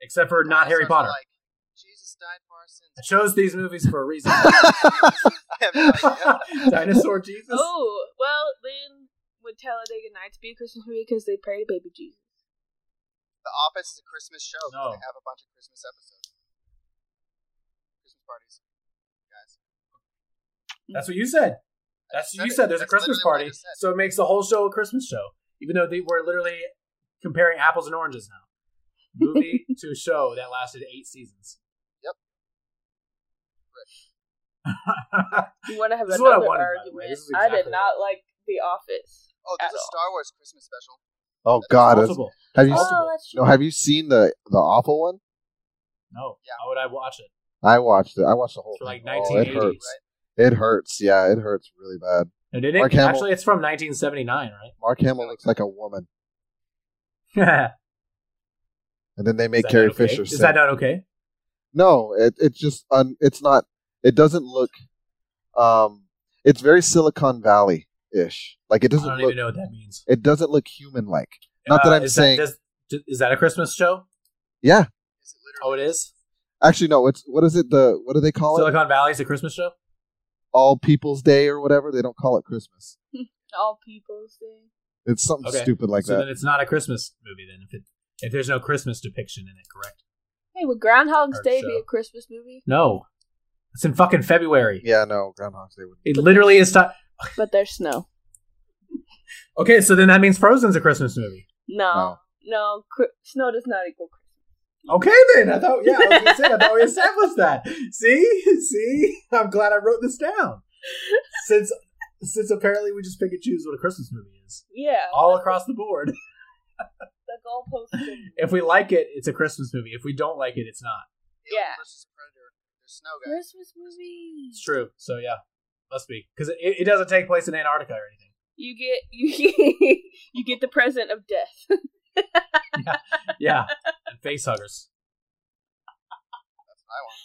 Speaker 1: Except for not
Speaker 3: Dinosaurs
Speaker 1: Harry
Speaker 3: are
Speaker 1: Potter.
Speaker 3: Like, Jesus died for our sins.
Speaker 1: I chose these movies for a reason.
Speaker 3: <laughs> I have
Speaker 1: <laughs>
Speaker 3: no idea.
Speaker 1: Dinosaur Jesus.
Speaker 4: Oh well, then would Talladega Nights be a Christmas movie <laughs> because they pray to baby Jesus?
Speaker 3: The Office is a Christmas show. 'cause
Speaker 1: No.
Speaker 3: They have a bunch of Christmas episodes. Christmas parties, guys.
Speaker 1: That's what you said. That's what you said. There's a
Speaker 3: That's
Speaker 1: Christmas party,
Speaker 3: literally what I just said.
Speaker 1: so it makes the whole show a Christmas show. Even though they were literally comparing apples and oranges now.
Speaker 3: <laughs>
Speaker 1: Movie to show that lasted eight seasons.
Speaker 3: Yep.
Speaker 4: You want to have
Speaker 1: This is what I
Speaker 4: another
Speaker 1: wanted, by the way.
Speaker 4: argument?
Speaker 1: This is
Speaker 4: I
Speaker 1: exactly
Speaker 4: did not like The Office.
Speaker 3: Oh, there's
Speaker 4: At
Speaker 3: a
Speaker 4: all.
Speaker 3: Star Wars Christmas special.
Speaker 2: Oh God! that's-
Speaker 1: Multiple.
Speaker 2: Have you
Speaker 1: Multiple.
Speaker 2: seen,
Speaker 4: Oh, that's true.
Speaker 2: no? Have you seen the the awful one?
Speaker 1: No.
Speaker 3: Yeah.
Speaker 1: How would I watch it?
Speaker 2: I watched it. I watched the whole.
Speaker 1: For like
Speaker 2: thing. Oh, it
Speaker 1: 1980s.
Speaker 2: hurts. It hurts. Yeah, it hurts really bad.
Speaker 1: No, did it?
Speaker 2: Mark Hamill.
Speaker 1: Actually, it's from 1979,
Speaker 2: Mark Hamill looks like a woman,
Speaker 1: right?
Speaker 2: and then they
Speaker 1: Is
Speaker 2: <laughs> make
Speaker 1: that
Speaker 2: Carrie
Speaker 1: not okay?
Speaker 2: Fisher.
Speaker 1: Is
Speaker 2: sing.
Speaker 1: that not okay?
Speaker 2: No, it it's just un, it's not. It doesn't look. Um, it's very Silicon Valley ish. Like it
Speaker 1: I
Speaker 2: doesn't
Speaker 1: don't
Speaker 2: look.
Speaker 1: even know what that means. Uh,
Speaker 2: It doesn't look human like. Not that I'm
Speaker 1: is
Speaker 2: saying-
Speaker 1: does- d- is that a Christmas show?
Speaker 2: Yeah,
Speaker 3: Is it literally?
Speaker 1: Oh, it is.
Speaker 2: actually, no. It's what is it? The what do they call it?
Speaker 1: Silicon Valley's a Christmas show.
Speaker 2: All People's Day or whatever. They don't call it Christmas.
Speaker 4: All people's thing.
Speaker 2: It's something
Speaker 1: Okay.
Speaker 2: stupid like
Speaker 1: so
Speaker 2: that.
Speaker 1: then it's not a Christmas movie. Then if it if there's no Christmas depiction in it, correct?
Speaker 4: Hey, would Groundhog's
Speaker 1: Or
Speaker 4: Day
Speaker 1: show.
Speaker 4: be a Christmas movie?
Speaker 1: No, it's in fucking February.
Speaker 2: yeah, no, Groundhog's Day would.
Speaker 1: It literally is. T-
Speaker 4: But there's snow.
Speaker 1: okay, so then that means Frozen's a Christmas movie.
Speaker 4: No, no, cri- snow does not equal Christmas.
Speaker 1: Okay, then I thought yeah, I was gonna say I thought we established that. See, see, I'm glad I wrote this down since since apparently we just pick and choose what a Christmas movie is
Speaker 4: Yeah,
Speaker 1: all across the board.
Speaker 4: the goalpost.
Speaker 1: <laughs>
Speaker 4: thing.
Speaker 1: If we like it, it's a Christmas movie. If we don't like it, it's not.
Speaker 3: Alien
Speaker 4: Yeah.
Speaker 3: versus Predator. There's snow guys.
Speaker 4: Christmas movie.
Speaker 1: It's true. So yeah, must be because it, it doesn't take place in Antarctica or anything.
Speaker 4: You get <laughs> you get, you get the present of death.
Speaker 1: Yeah, <laughs> and face huggers.
Speaker 3: That's what I want.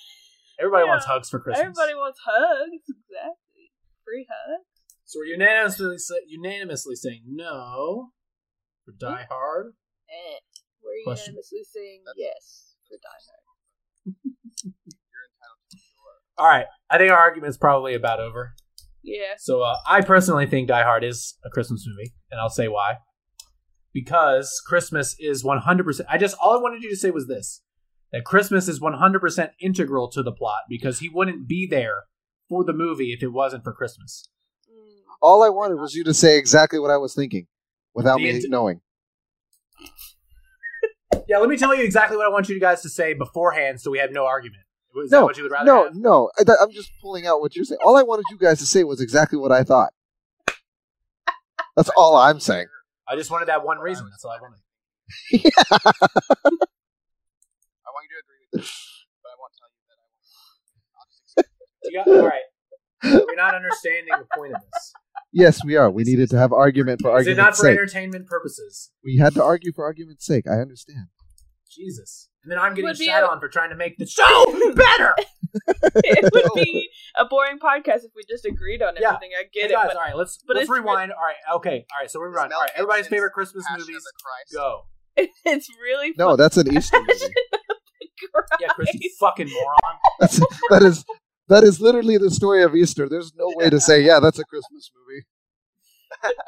Speaker 1: Everybody
Speaker 4: Yeah.
Speaker 1: wants hugs for Christmas.
Speaker 4: Everybody wants hugs. Exactly. Free hugs.
Speaker 1: So we're unanimously sa- unanimously saying no for Die Hard.
Speaker 4: Eh. We're
Speaker 1: Question.
Speaker 4: unanimously saying yes for Die Hard.
Speaker 3: You're entitled to your.
Speaker 1: All right, I think our argument's probably about over.
Speaker 4: Yeah.
Speaker 1: So uh, I personally think Die Hard is a Christmas movie, and I'll say why. Because Christmas is 100%. I just all I wanted you to say was this: that Christmas is 100% integral to the plot because he wouldn't be there for the movie if it wasn't for Christmas.
Speaker 4: Mm. <laughs>
Speaker 2: All I wanted was you to say exactly what I was thinking, without
Speaker 1: The
Speaker 2: me
Speaker 1: int-
Speaker 2: knowing.
Speaker 1: Yeah, let me tell you exactly what I want you guys to say beforehand, so we have no argument. Is that
Speaker 2: No,
Speaker 1: what you would rather?
Speaker 2: No,
Speaker 1: have?
Speaker 2: no. I, th- I'm just pulling out what you're saying. All I wanted you guys to say was exactly what I thought. That's all I'm saying.
Speaker 1: I just wanted that one reason. That's all I wanted.
Speaker 3: I want you to agree with me, but I won't tell you that I won't. I'll just
Speaker 2: <laughs>
Speaker 1: You got all right. You're not understanding the point of this.
Speaker 2: Yes, we are. We needed to have argument for
Speaker 1: Is it not
Speaker 2: argument's
Speaker 1: for
Speaker 2: sake.
Speaker 1: entertainment purposes?
Speaker 2: We had to argue for argument's sake. I understand.
Speaker 1: Jesus. And then I'm getting
Speaker 4: Would be
Speaker 1: shat
Speaker 4: a-
Speaker 1: on for trying to make the show <laughs> better.
Speaker 4: it
Speaker 2: <laughs>
Speaker 4: would be a boring podcast if we just agreed on
Speaker 1: Yeah.
Speaker 4: everything. I <laughs> get
Speaker 1: Hey, guys,
Speaker 4: it.
Speaker 1: all right, let's
Speaker 4: but <laughs>
Speaker 1: let's
Speaker 4: it's re-
Speaker 1: rewind. all right, okay, all right. So we're
Speaker 3: Is
Speaker 1: running.
Speaker 3: Mel
Speaker 1: All right, everybody's
Speaker 3: Gibson's
Speaker 1: favorite Christmas
Speaker 3: Passion
Speaker 1: movies.
Speaker 3: of the Christ.
Speaker 1: Go.
Speaker 4: But it's really
Speaker 2: No,
Speaker 4: <laughs> fun-
Speaker 1: <laughs>
Speaker 2: that's an Easter movie.
Speaker 1: Yeah, Chris,
Speaker 4: <laughs>
Speaker 1: you fucking moron.
Speaker 2: That's, that is that is literally the story of Easter. There's no way to say, yeah, that's a Christmas movie.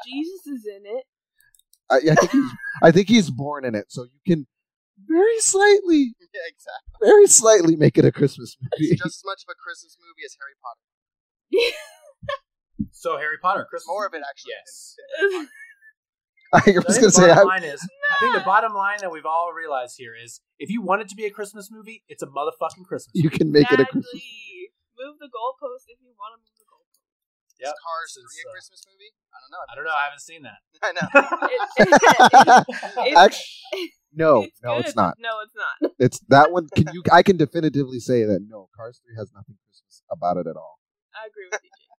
Speaker 4: Jesus is in it.
Speaker 2: I, I think he's, I think he's born in it, so you can very slightly,
Speaker 3: <laughs> Yeah, exactly.
Speaker 2: very slightly make it a
Speaker 1: <laughs>
Speaker 2: Christmas movie.
Speaker 3: It's just as much of a Christmas movie as Harry Potter.
Speaker 1: So Harry Potter, Christmas.
Speaker 3: More of it actually. than-
Speaker 1: Yes.
Speaker 3: than-
Speaker 2: <laughs>
Speaker 1: So
Speaker 2: I was
Speaker 1: I
Speaker 2: gonna
Speaker 1: think the
Speaker 2: say,
Speaker 1: bottom
Speaker 2: I,
Speaker 1: line is, I think the bottom line that we've all realized here is, if you want it to be a Christmas movie, it's a motherfucking Christmas.
Speaker 2: you can
Speaker 4: <laughs>
Speaker 2: make it a
Speaker 4: exactly.
Speaker 2: Christmas.
Speaker 4: Move the goalpost if you want to move the goalpost.
Speaker 3: Is
Speaker 1: Yep.
Speaker 3: Cars
Speaker 1: Since,
Speaker 3: three a
Speaker 1: uh,
Speaker 3: Christmas movie? <laughs> I
Speaker 1: I don't know.
Speaker 3: don't know.
Speaker 1: I haven't seen that.
Speaker 3: I know.
Speaker 2: <laughs>
Speaker 4: It, it- <laughs> it's- <laughs>
Speaker 2: Actu- no,
Speaker 4: it's
Speaker 2: no,
Speaker 4: good.
Speaker 2: it's not.
Speaker 4: No, it's not.
Speaker 2: It's that one. Can you? I can definitively say that no, Cars Three has nothing Christmas about it at all.
Speaker 4: I agree with you, Jake.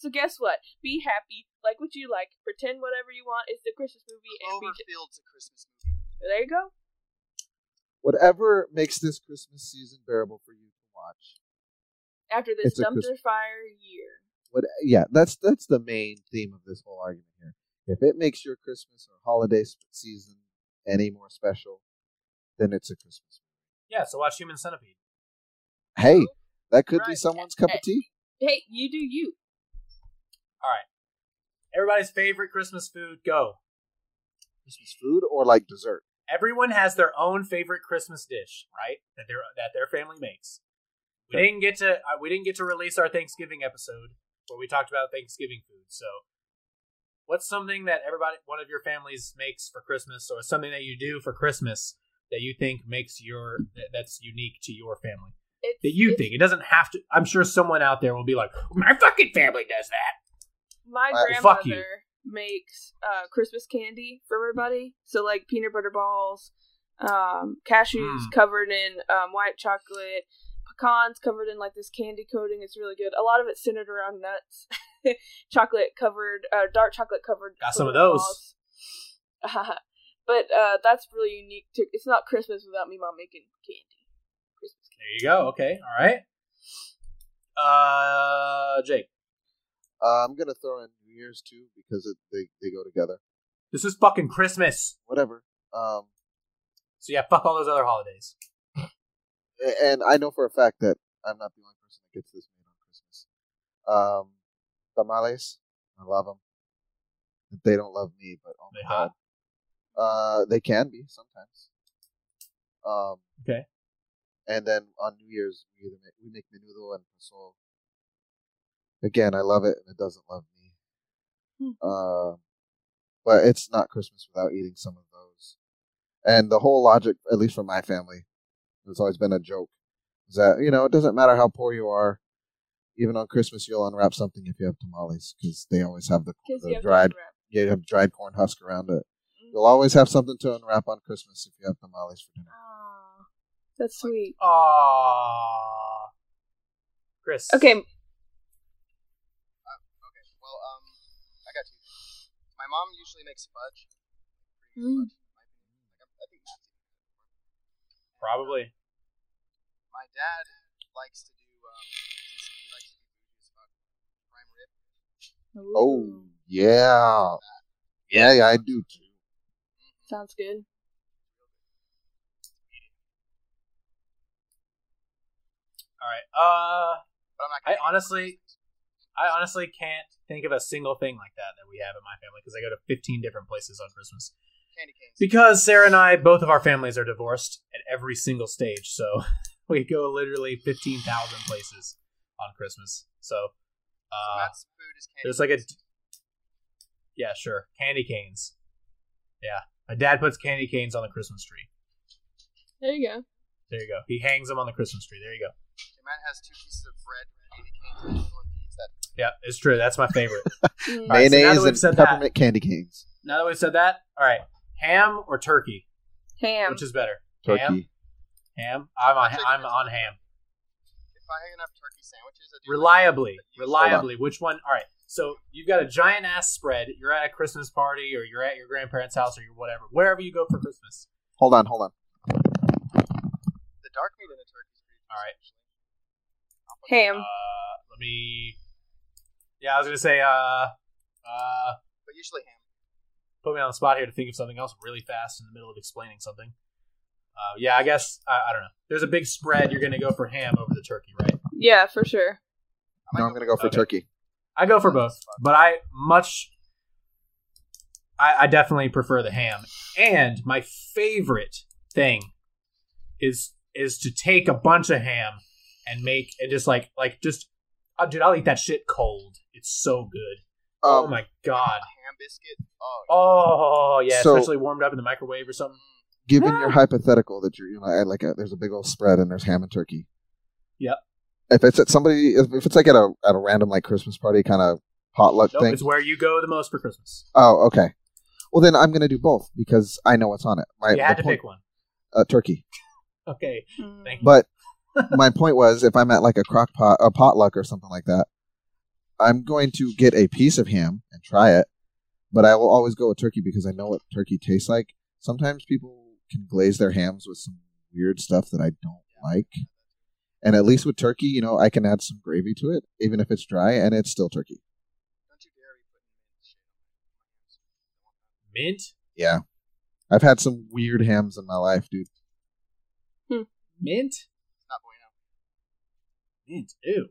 Speaker 4: So guess what? Be happy, like what you like, pretend whatever you want. It's the Christmas movie, and be
Speaker 3: Cloverfield's a Christmas movie.
Speaker 4: there. You go.
Speaker 2: Whatever makes this Christmas season bearable for you to watch.
Speaker 4: After this
Speaker 2: It's a Christ-
Speaker 4: dumpster fire year,
Speaker 2: What? Yeah, that's that's the main theme of this whole argument here. If it makes your Christmas or holiday s- season any more special, then it's a Christmas.
Speaker 1: Yeah, so watch Human Centipede.
Speaker 2: Hey, that could be
Speaker 4: Right.
Speaker 2: someone's cup of tea.
Speaker 4: hey, you do you.
Speaker 1: Everybody's favorite Christmas food. Go.
Speaker 2: Christmas food or like dessert.
Speaker 1: Everyone has their own favorite Christmas dish, right? That their that their family makes. We didn't get to uh, we didn't get to release our Thanksgiving episode where we talked about Thanksgiving food. So, what's something that everybody one of your families makes for Christmas, or something that you do for Christmas that you think makes your that, that's unique to your family
Speaker 4: It's,
Speaker 1: that you
Speaker 4: it's-
Speaker 1: think it doesn't have to? I'm sure someone out there will be like, my fucking family does that.
Speaker 4: My
Speaker 2: Uh,
Speaker 1: fuck you.
Speaker 4: grandmother makes uh, Christmas candy for everybody. So like peanut butter balls, um, cashews
Speaker 1: Mm.
Speaker 4: covered in um, white chocolate, pecans covered in like this candy coating. It's really good. A lot of it's centered around nuts, <laughs> chocolate covered, uh, dark chocolate covered.
Speaker 1: Got some of
Speaker 4: peanut
Speaker 1: those.
Speaker 4: balls. <laughs> but uh, that's really unique. To it's not Christmas without me mom making candy. Christmas candy.
Speaker 1: There you go. Okay. All right. Uh, Jake.
Speaker 2: Uh, I'm gonna throw in New Year's too because it, they they go together.
Speaker 1: This is fucking Christmas.
Speaker 2: Whatever. Um,
Speaker 1: So yeah, fuck all those other holidays.
Speaker 2: A- and I know for a fact that I'm not the only person that gets this made on Christmas. Um, tamales, I love them. They don't love me, but oh
Speaker 1: They
Speaker 2: my
Speaker 1: hot?
Speaker 2: god, uh, they can be sometimes. Um,
Speaker 1: Okay.
Speaker 2: And then on New Year's, we either make, we make menudo and pozole. Again, I love it, and it doesn't love me.
Speaker 4: Hmm.
Speaker 2: Uh, but it's not Christmas without eating some of those. And the whole logic, at least for my family, it's always been a joke. Is that you know it doesn't matter how poor you are, even on Christmas you'll unwrap something if you have tamales because they always have the,
Speaker 4: 'Cause
Speaker 2: the
Speaker 4: you have to
Speaker 2: dried
Speaker 4: wrap.
Speaker 2: yeah, you have dried corn husk around it.
Speaker 1: Mm-hmm.
Speaker 4: Mm.
Speaker 2: You'll always have something to unwrap on Christmas if you have tamales for dinner.
Speaker 4: Aw, Ah, that's sweet.
Speaker 1: Ah, Chris.
Speaker 4: Okay,
Speaker 3: Okay. Well, um, I got two. things. My mom usually makes fudge.
Speaker 4: Mm.
Speaker 3: Fudge, in my opinion. Like, I I think that's
Speaker 1: Probably.
Speaker 3: My dad likes to do. Um, he's, he likes to do bougie as fuck. Prime rib.
Speaker 2: Oh yeah, yeah, yeah, I do too.
Speaker 4: sounds good.
Speaker 1: All right. Uh,
Speaker 3: But I'm not.
Speaker 1: I
Speaker 3: gonna eat
Speaker 1: honestly, I honestly can't think of a single thing like that that we have in my family because I go to 15 different places on Christmas.
Speaker 3: candy canes.
Speaker 1: Because Sarah and I, both of our families are divorced at every single stage, so <laughs> we go literally 15,000 places on Christmas. So,
Speaker 3: so
Speaker 1: uh,
Speaker 3: Matt's food is candy.
Speaker 1: There's like a.
Speaker 3: canes.
Speaker 1: Yeah, sure. Candy canes. Yeah. My dad puts candy canes on the Christmas tree.
Speaker 4: There you go.
Speaker 1: There you go. He hangs them on the Christmas tree. There you go.
Speaker 3: Okay, Matt has two pieces of bread with candy canes. And the other one eats that.
Speaker 1: Yeah, it's true. That's my favorite. Alright, so
Speaker 4: Mm.
Speaker 1: now that
Speaker 2: Mayonnaise
Speaker 1: we've said
Speaker 2: and
Speaker 1: that-
Speaker 2: peppermint candy canes,
Speaker 1: <laughs> now that we've said that, all right. Ham or turkey?
Speaker 4: Ham.
Speaker 1: Which is better?
Speaker 2: turkey.
Speaker 1: Ham? Ham? I'm on, I'm on ham.
Speaker 3: if I have enough turkey sandwiches, I do
Speaker 1: reliably
Speaker 3: Hold on.
Speaker 1: reliably which one all right so you've got a giant ass spread you're at a christmas party or you're at your grandparents house or your whatever wherever you go for christmas
Speaker 2: Hold on, hold on.
Speaker 3: Like, the dark meat in the turkey.
Speaker 1: All right. uh
Speaker 4: Ham.
Speaker 1: let me yeah i was gonna say uh uh
Speaker 3: But usually ham.
Speaker 1: put me on the spot here to think of something else really fast in the middle of explaining something uh yeah i guess i, I don't know there's a big spread you're gonna go for ham over the turkey right
Speaker 4: Yeah, for sure.
Speaker 2: No, I'm gonna go for
Speaker 1: Okay.
Speaker 2: turkey.
Speaker 1: i go for both but i much I, I definitely prefer the ham. And my favorite thing is is to take a bunch of ham and make and just like like just oh, dude, I'll eat that shit cold. It's so good. oh
Speaker 2: Um,
Speaker 1: my god.
Speaker 3: ham biscuit. Oh,
Speaker 1: Oh yeah,
Speaker 2: So-
Speaker 1: especially warmed up in the microwave or something.
Speaker 2: given
Speaker 4: Ah.
Speaker 2: your hypothetical that you're, you know, I like a, there's a big old spread and there's ham and turkey.
Speaker 1: Yep.
Speaker 2: If it's at somebody, if, if it's like at a at a random like Christmas party kind of potluck
Speaker 1: Nope,
Speaker 2: thing.
Speaker 1: it's where you go the most for Christmas.
Speaker 2: Oh, okay. Well, then I'm gonna do both because I know what's on it. My,
Speaker 1: you had
Speaker 2: my
Speaker 1: to
Speaker 2: point,
Speaker 1: pick one.
Speaker 2: uh, turkey.
Speaker 1: Okay.
Speaker 4: Mm.
Speaker 1: Thank you.
Speaker 2: But my point was, if I'm at like a crock pot, a potluck or something like that, I'm going to get a piece of ham and try it. But I will always go with turkey because I know what turkey tastes like. Sometimes people can glaze their hams with some weird stuff that I don't like. And at least with turkey, you know, I can add some gravy to it, even if it's dry, and it's still turkey.
Speaker 3: don't you dare be putting mint
Speaker 1: Mint?
Speaker 3: shit on my hams.
Speaker 2: Yeah. I've had some weird hams in my life, dude.
Speaker 1: Mint?
Speaker 3: It's not bueno.
Speaker 1: Mint. Ew.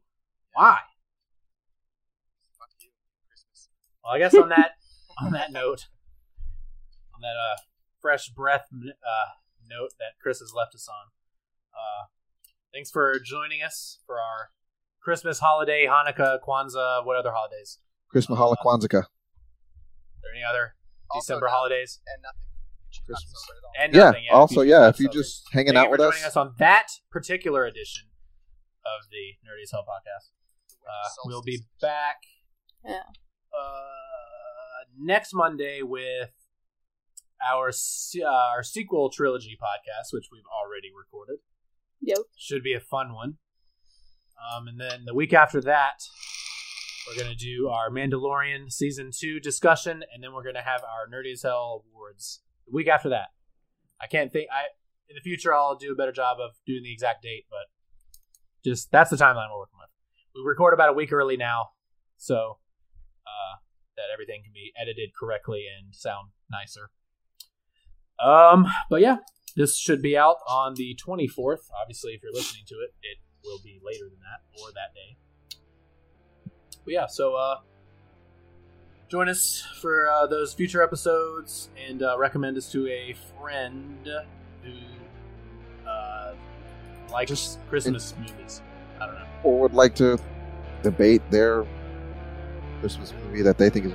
Speaker 1: Why?
Speaker 3: Fuck you. Christmas.
Speaker 1: Well, I guess on
Speaker 3: <laughs>
Speaker 1: that on that note, on that uh, fresh breath uh, note that Chris has left us on. Uh, thanks for joining us for our Christmas holiday, Hanukkah, Kwanzaa. What other holidays?
Speaker 2: Chris Mahala
Speaker 1: Uh,
Speaker 2: Kwanzaa.
Speaker 1: Are there any other
Speaker 3: Also
Speaker 1: December
Speaker 3: not-
Speaker 1: holidays?
Speaker 3: and nothing. Which is not
Speaker 2: Christmas.
Speaker 3: celebrated at all.
Speaker 1: And
Speaker 2: Yeah.
Speaker 1: nothing, if
Speaker 2: Also,
Speaker 1: you-
Speaker 2: yeah, if you're
Speaker 1: something.
Speaker 2: just hanging
Speaker 1: Thank
Speaker 2: out
Speaker 1: you
Speaker 2: with
Speaker 1: for
Speaker 2: us,
Speaker 1: joining us on that particular edition of the Nerdy as Hell podcast.
Speaker 3: The winter
Speaker 1: Uh, we'll be
Speaker 3: solstice.
Speaker 1: back
Speaker 4: Yeah.
Speaker 1: uh, next Monday with our se- uh, our sequel trilogy podcast, which we've already recorded.
Speaker 4: Yep.
Speaker 1: Should be a fun one. Um, and then the week after that, we're gonna do our Mandalorian season two discussion, and then we're gonna have our Nerdy as Hell awards the week after that. I can't think. I in the future I'll do a better job of doing the exact date, but just that's the timeline we're working with. We record about a week early now, so uh, that everything can be edited correctly and sound nicer. Um, but yeah, this should be out on the 24th. Obviously, if you're listening to it, it will be later than that or that day. But yeah, so uh, join us for uh, those future episodes and uh, recommend us to a friend who uh, likes
Speaker 2: Just-
Speaker 1: Christmas movies. I don't know.
Speaker 2: or would like to debate their Christmas movie that they think is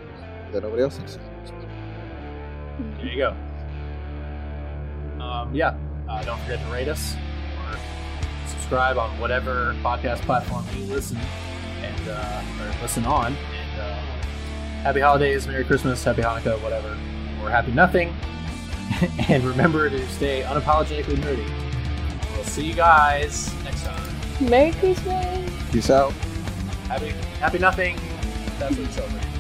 Speaker 2: that nobody else thinks is.
Speaker 4: Mm.
Speaker 1: There you go. Um, yeah, uh, don't forget to rate us or subscribe on whatever podcast platform you listen and uh, or listen on. And uh, happy holidays, Merry Christmas, Happy Hanukkah, whatever, or Happy Nothing. <laughs> and remember to stay unapologetically nerdy. We'll see you guys next time.
Speaker 4: Merry Christmas!
Speaker 2: Peace out.
Speaker 1: Happy Happy Nothing. That's what it's over.